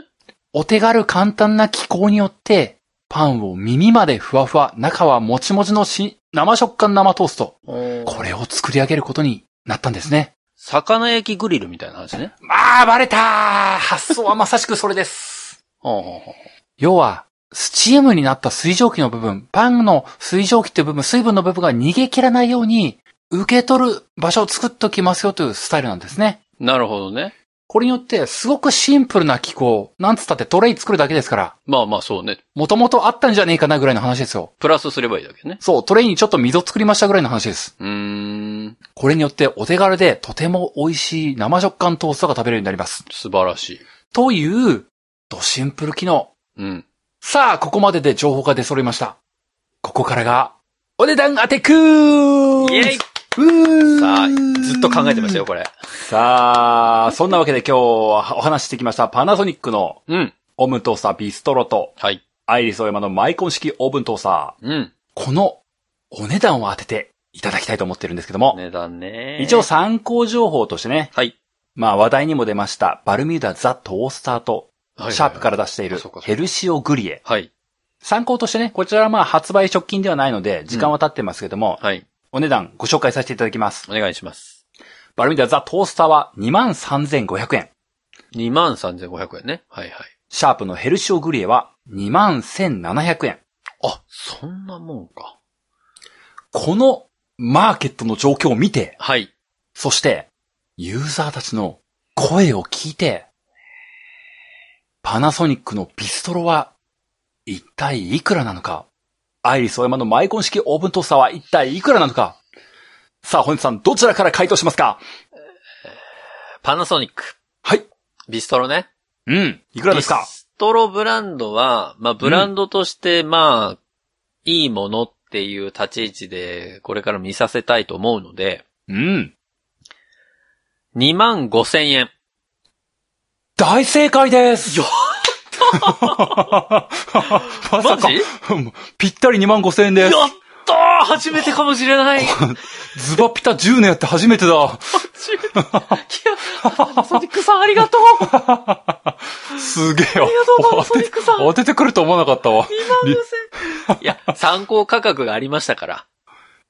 Speaker 2: お手軽簡単な気候によって、パンを耳までふわふわ、中はもちもちのし生食感生トースト。これを作り上げることになったんですね。
Speaker 1: 魚焼きグリルみたいな話ね。
Speaker 2: まあ、バレたー発想はまさしくそれです。
Speaker 1: ほうほうほう。
Speaker 2: 要は、スチームになった水蒸気の部分、パンの水蒸気っていう部分、水分の部分が逃げ切らないように、受け取る場所を作っときますよというスタイルなんですね。
Speaker 1: なるほどね。
Speaker 2: これによって、すごくシンプルな機構、なんつったってトレイ作るだけですから、
Speaker 1: まあまあそうね。
Speaker 2: もともとあったんじゃねえかなぐらいの話ですよ。
Speaker 1: プラスすればいいだけね。
Speaker 2: そう、トレイにちょっと溝作りましたぐらいの話です。
Speaker 1: うーん。
Speaker 2: これによってお手軽でとても美味しい生食感トーストが食べれるようになります。
Speaker 1: 素晴らしい。
Speaker 2: という、ドシンプル機能。
Speaker 1: うん。
Speaker 2: さあ、ここまでで情報が出揃いました。ここからが、お値段当てクー
Speaker 1: イエイ
Speaker 2: イ
Speaker 1: さあ、ずっと考えてましたよ、。これ。
Speaker 2: さあ、そんなわけで今日はお話ししてきましたパナソニックの
Speaker 1: うん。
Speaker 2: オーブントースタービストロと
Speaker 1: はい。
Speaker 2: アイリスオーヤマのマイコン式オーブントースター。
Speaker 1: うん。
Speaker 2: このお値段を当てていただきたいと思ってるんですけども、
Speaker 1: 値段ね。
Speaker 2: 一応参考情報としてね、
Speaker 1: はい。
Speaker 2: まあ話題にも出ました、バルミューダザ・トースターと、
Speaker 1: はい。
Speaker 2: シャープから出している
Speaker 1: そうかそうか
Speaker 2: ヘルシオ・グリエ。
Speaker 1: はい。
Speaker 2: 参考としてね、こちらはまあ発売直近ではないので、時間は経ってますけども、
Speaker 1: はい。
Speaker 2: お値段ご紹介させていただきます。
Speaker 1: お願いします。
Speaker 2: バルミューダザ・トースターは23,500円。
Speaker 1: 23,500円ね。はいはい。
Speaker 2: シャープのヘルシオ・グリエは21,700円。
Speaker 1: あ、そんなもんか。
Speaker 2: このマーケットの状況を見て、
Speaker 1: はい。
Speaker 2: そして、ユーザーたちの声を聞いて、パナソニックのビストロは一体いくらなのかアイリスオーヤマのマイコン式オーブントースターは一体いくらなのかさあ、本日さん、どちらから回答しますか
Speaker 1: パナソニック。
Speaker 2: はい。
Speaker 1: ビストロね。
Speaker 2: うん。いくらですか
Speaker 1: ビストロブランドは、まあブランドとして、まあ、いいものっていう立ち位置で、これから見させたいと思うので、
Speaker 2: うん。
Speaker 1: 2万5千円。
Speaker 2: 大正解です
Speaker 1: や
Speaker 2: まさ
Speaker 1: マ
Speaker 2: か
Speaker 1: ジ、
Speaker 2: ぴったり2万5千円
Speaker 1: や
Speaker 2: で
Speaker 1: っ
Speaker 2: す。
Speaker 1: たー初めてかもしれない
Speaker 2: ズバピタ10年やって初めてだ。
Speaker 1: 初 めていや、パナソニックさんありがとうあ
Speaker 2: すげえよ
Speaker 1: りがとう、パナソニックさん !2 万
Speaker 2: 当ててくると思わなかった わ。
Speaker 1: 5千円いや、参考価格がありましたから。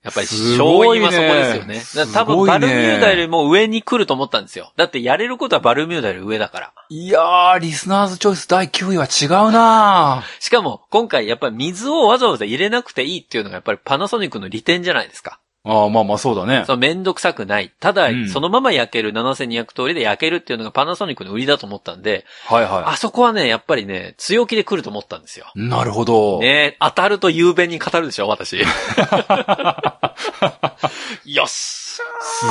Speaker 1: やっぱり
Speaker 2: すご
Speaker 1: 勝
Speaker 2: い
Speaker 1: 因
Speaker 2: ね
Speaker 1: はそこですよね。だから多
Speaker 2: すご
Speaker 1: 分
Speaker 2: い
Speaker 1: バル
Speaker 2: ね
Speaker 1: ミューダよりも上に来ると思ったんですよ。だってやれることはバルミューダより上だから。
Speaker 2: いやー、リスナーズチョイス第9位は違うな
Speaker 1: しかも今回やっぱり水をわざわざ入れなくていいっていうのがやっぱりパナソニックの利点じゃないですか。
Speaker 2: ーああ、まあまあそうだね
Speaker 1: そ。のめんどくさくない。ただ
Speaker 2: うん
Speaker 1: そのまま焼ける7200通りで焼けるっていうのがパナソニックの売りだと思ったんで、
Speaker 2: はいは
Speaker 1: あそこはね、やっぱりね、強気で来ると思ったんですよ。
Speaker 2: い。なるほど。
Speaker 1: ね当たると雄弁に語るでしょ、私。よっし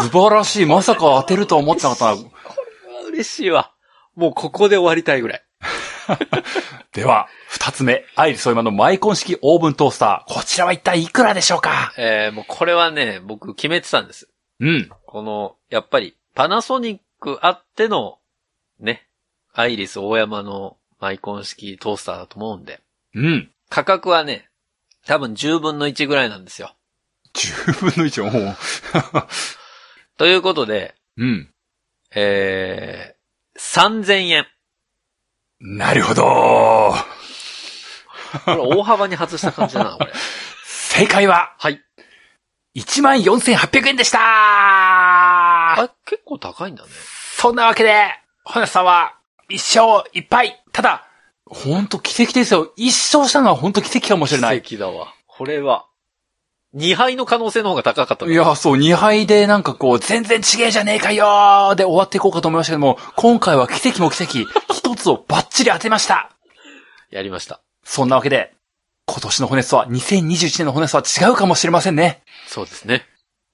Speaker 2: 素晴らしい。まさか当てるとは思ってなかったな。
Speaker 1: ゃー嬉しいわ。もうここで終わりたいぐらい。
Speaker 2: では、二つ目。アイリス・ソイマンのマイコン式オーブントースター。こちらは一体いくらでしょうか
Speaker 1: えー、もうこれはね、僕決めてたんです。
Speaker 2: うん。
Speaker 1: この、やっぱり、パナソニックあっての、ね、アイリス大山のマイコン式トースターだと思うんで、
Speaker 2: うん。
Speaker 1: 価格はね、多分10分の1ぐらいなんですよ。
Speaker 2: 10分の1、も
Speaker 1: ということで、
Speaker 2: う。うん。
Speaker 1: えー、3000円。
Speaker 2: なるほど。
Speaker 1: これ大幅に外した感じだな、これ。
Speaker 2: 正解は、
Speaker 1: はい。
Speaker 2: 14,800円でした
Speaker 1: あ、結構高いんだね。
Speaker 2: そんなわけで、ホネスさんは、一生いっぱい。ただ、ほんと奇跡ですよ。一生したのはほんと奇跡かもしれない。
Speaker 1: 奇跡だわ。これは。2敗の可能性の方が高かった。
Speaker 2: い、や、そう、2敗でなんかこう、全然違えじゃねえかよーで終わっていこうかと思いましたけども、今回は奇跡も 奇跡、一つをバッチリ当てました。
Speaker 1: やりました。
Speaker 2: そんなわけで、今年のホネストは、2021年のホネストは違うかもしれませんね。
Speaker 1: そうですね。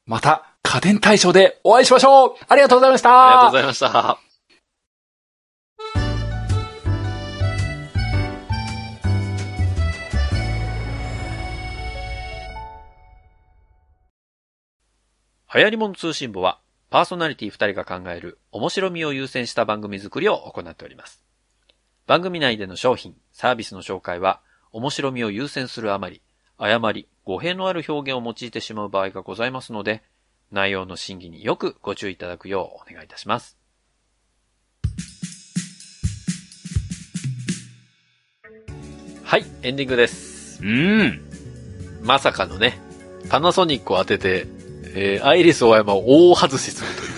Speaker 2: また、家電大賞でお会いしましょうありがとうございました
Speaker 1: ありがとうございました。流行り物通信簿は、パーソナリティ2人が考える面白みを優先した番組作りを行っております。番組内での商品、サービスの紹介は、面白みを優先するあまり、誤り、語弊のある表現を用いてしまう場合がございますので、内容の審議によくご注意いただくようお願いいたします。はい、エンディングです。
Speaker 2: うん。
Speaker 1: まさかのね、パナソニックを当てて、えーアイリスオーヤマを大外しするという。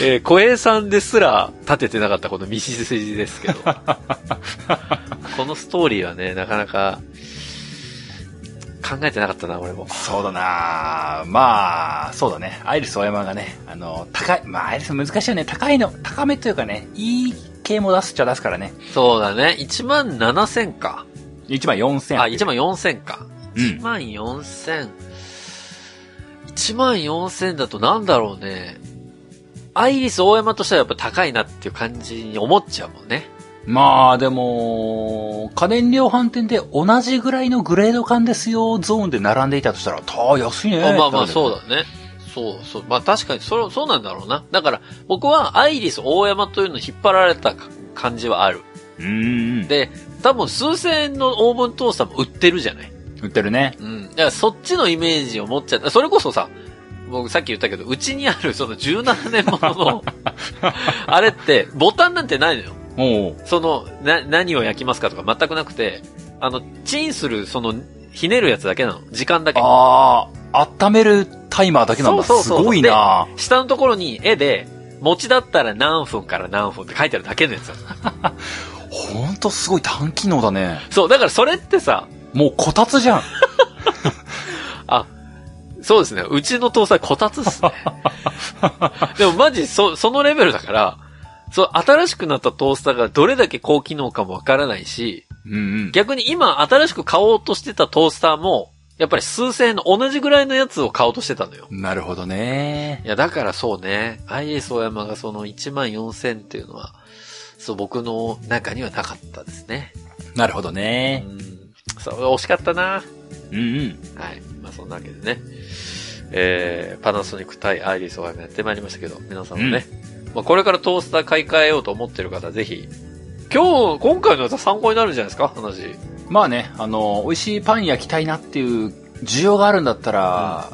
Speaker 1: えー、小江さんですら立ててなかったこの道筋ですけど。このストーリーはね、なかなか考えてなかったな、俺も。
Speaker 2: そうだなーまあ、そうだね。アイリス・オーヤマがね、あの、高い、まあ、アイリス難しいよね。高いの、高めというかね、いい系も出すっちゃ出すからね。
Speaker 1: そうだね。1万7000か。
Speaker 2: 1万4000。
Speaker 1: あ、1万4000か。
Speaker 2: うん
Speaker 1: 1万4000。1万4000だとなんだろうね。アイリス大山としてはやっぱ高いなっていう感じに思っちゃうもんね。
Speaker 2: まあ、でも、家電量販店で同じぐらいのグレード感ですよ、ゾーンで並んでいたとしたら、たあ、安いね。
Speaker 1: あまあまあそう
Speaker 2: だ。
Speaker 1: だね。そうそう。まあ確かにそれ、そうなんだろうな。だから僕はアイリス大山というのに引っ張られた感じはある。
Speaker 2: うん。
Speaker 1: で、多分数千円のオーブントースターも売ってるじゃない。
Speaker 2: 売ってるね。
Speaker 1: うん。だからそっちのイメージを持っちゃった。それこそさ、僕さっき言ったけど、うちにあるその17年ものの、あれって、ボタンなんてないのよ。
Speaker 2: おう
Speaker 1: その、な、何を焼きますかとか全くなくて、あの、チンする、その、ひねるやつだけなの。時間だけ。
Speaker 2: ああ、温めるタイマーだけなんだ。
Speaker 1: そうそうそう
Speaker 2: すごいな
Speaker 1: 下のところに絵で、餅だったら何分から何分って書いてあるだけのやつなの
Speaker 2: ほんとすごい単機能だね。
Speaker 1: そう、だからそれってさ、
Speaker 2: もうこたつじゃん。
Speaker 1: そうですね。うちの搭載こたつっすね。でもマジ、そ、そのレベルだから、そう、新しくなったトースターがどれだけ高機能かもわからないし、
Speaker 2: うんうん。
Speaker 1: 逆に今新しく買おうとしてたトースターも、やっぱり数千円の同じぐらいのやつを買おうとしてたのよ。
Speaker 2: なるほどね
Speaker 1: い。や、だからそうね、IS 大山がその1万4000っていうのは、そう、僕の中にはなかったですね。
Speaker 2: なるほど
Speaker 1: う
Speaker 2: ね。
Speaker 1: ん。そう、惜しかったな。
Speaker 2: うんうん。
Speaker 1: はい。まあ、そんなわけでね。えー、パナソニック対アイリスオーヤマやってまいりましたけど、皆さんもね。まあ、これからトースター買い替えようと思ってる方、ぜひ、今日、今回のやつは参考になるんじゃないですか話。
Speaker 2: まあね、あの、美味しいパン焼きたいなっていう需要があるんだったら、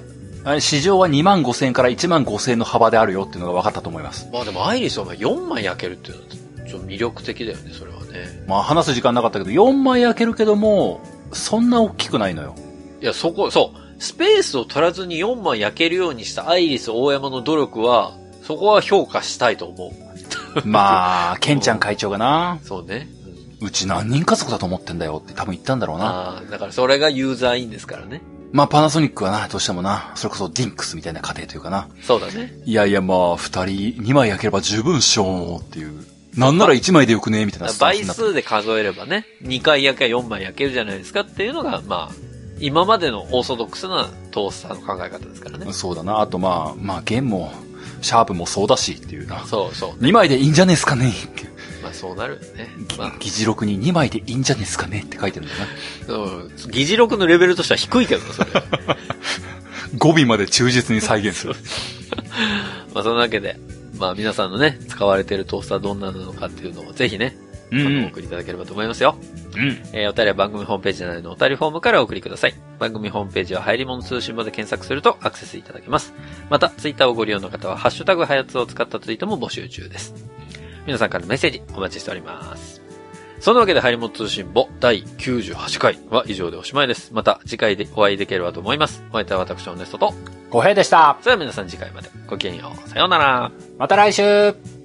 Speaker 2: あれ市場は2万5千円から1万5千円の幅であるよっていうのが分かったと思います。
Speaker 1: まあでもアイリスオーヤマ4枚焼けるっていうのは、ちょっと魅力的だよね、それはね。
Speaker 2: まあ話す時間なかったけど、4枚焼けるけども、そんな大きくないのよ。
Speaker 1: いや、そこ、そう。スペースを取らずに4枚焼けるようにしたアイリス大山の努力は、そこは評価したいと思う。
Speaker 2: まあ、ケンちゃん会長がな、
Speaker 1: そうね。うん
Speaker 2: うち何人家族だと思ってんだよって多分言ったんだろうな。
Speaker 1: ああ、だからそれがユーザーインですからね。
Speaker 2: まあ、パナソニックはな、どうしてもな、それこそディンクスみたいな家庭というかな。
Speaker 1: そうだね。
Speaker 2: いやいや、まあ、二人、二枚焼ければ十分っしょーっていう。なんなら一枚でよくねみたいなスタン
Speaker 1: 倍
Speaker 2: スになって
Speaker 1: 数で数えればね、2回焼けば4枚焼けるじゃないですかっていうのが、まあ、今までのオーソドックスなトースターの考え方ですからね。
Speaker 2: そうだな。あとまあ、まあ、ゲンも、シャープもそうだしっていうな。
Speaker 1: そうそう。
Speaker 2: 2枚でいいんじゃねえすかねっていう
Speaker 1: まあそうなるよね。まあ、
Speaker 2: 議事録に2枚でいいんじゃねえすかねって書いてるんだよな。
Speaker 1: そう議事録のレベルとしては低いけどな、そ れ。
Speaker 2: 語尾まで忠実に再現する。
Speaker 1: まあそんなわけで、まあ皆さんのね、使われてるトースターどんなのかっていうのをぜひね、
Speaker 2: う
Speaker 1: あ
Speaker 2: ん
Speaker 1: のお送りいただければと思いますよ。
Speaker 2: うん。
Speaker 1: えーお便りは番組ホームページ内のお便りフォームからお送りください。番組ホームページは入り物通信簿で検索するとアクセスいただけます。また、ツイッターをご利用の方は、ハッシュタグハヤツを使ったツイートも募集中です。皆さんからのメッセージお待ちしております。そんなわけで、入り物通信簿第98回は以上でおしまいです。また次回でお会いできればと思います。お相手は私、オネストと。
Speaker 2: 小平でした。
Speaker 1: それでは皆さん次回までごきげんよう。さようなら。
Speaker 2: また来週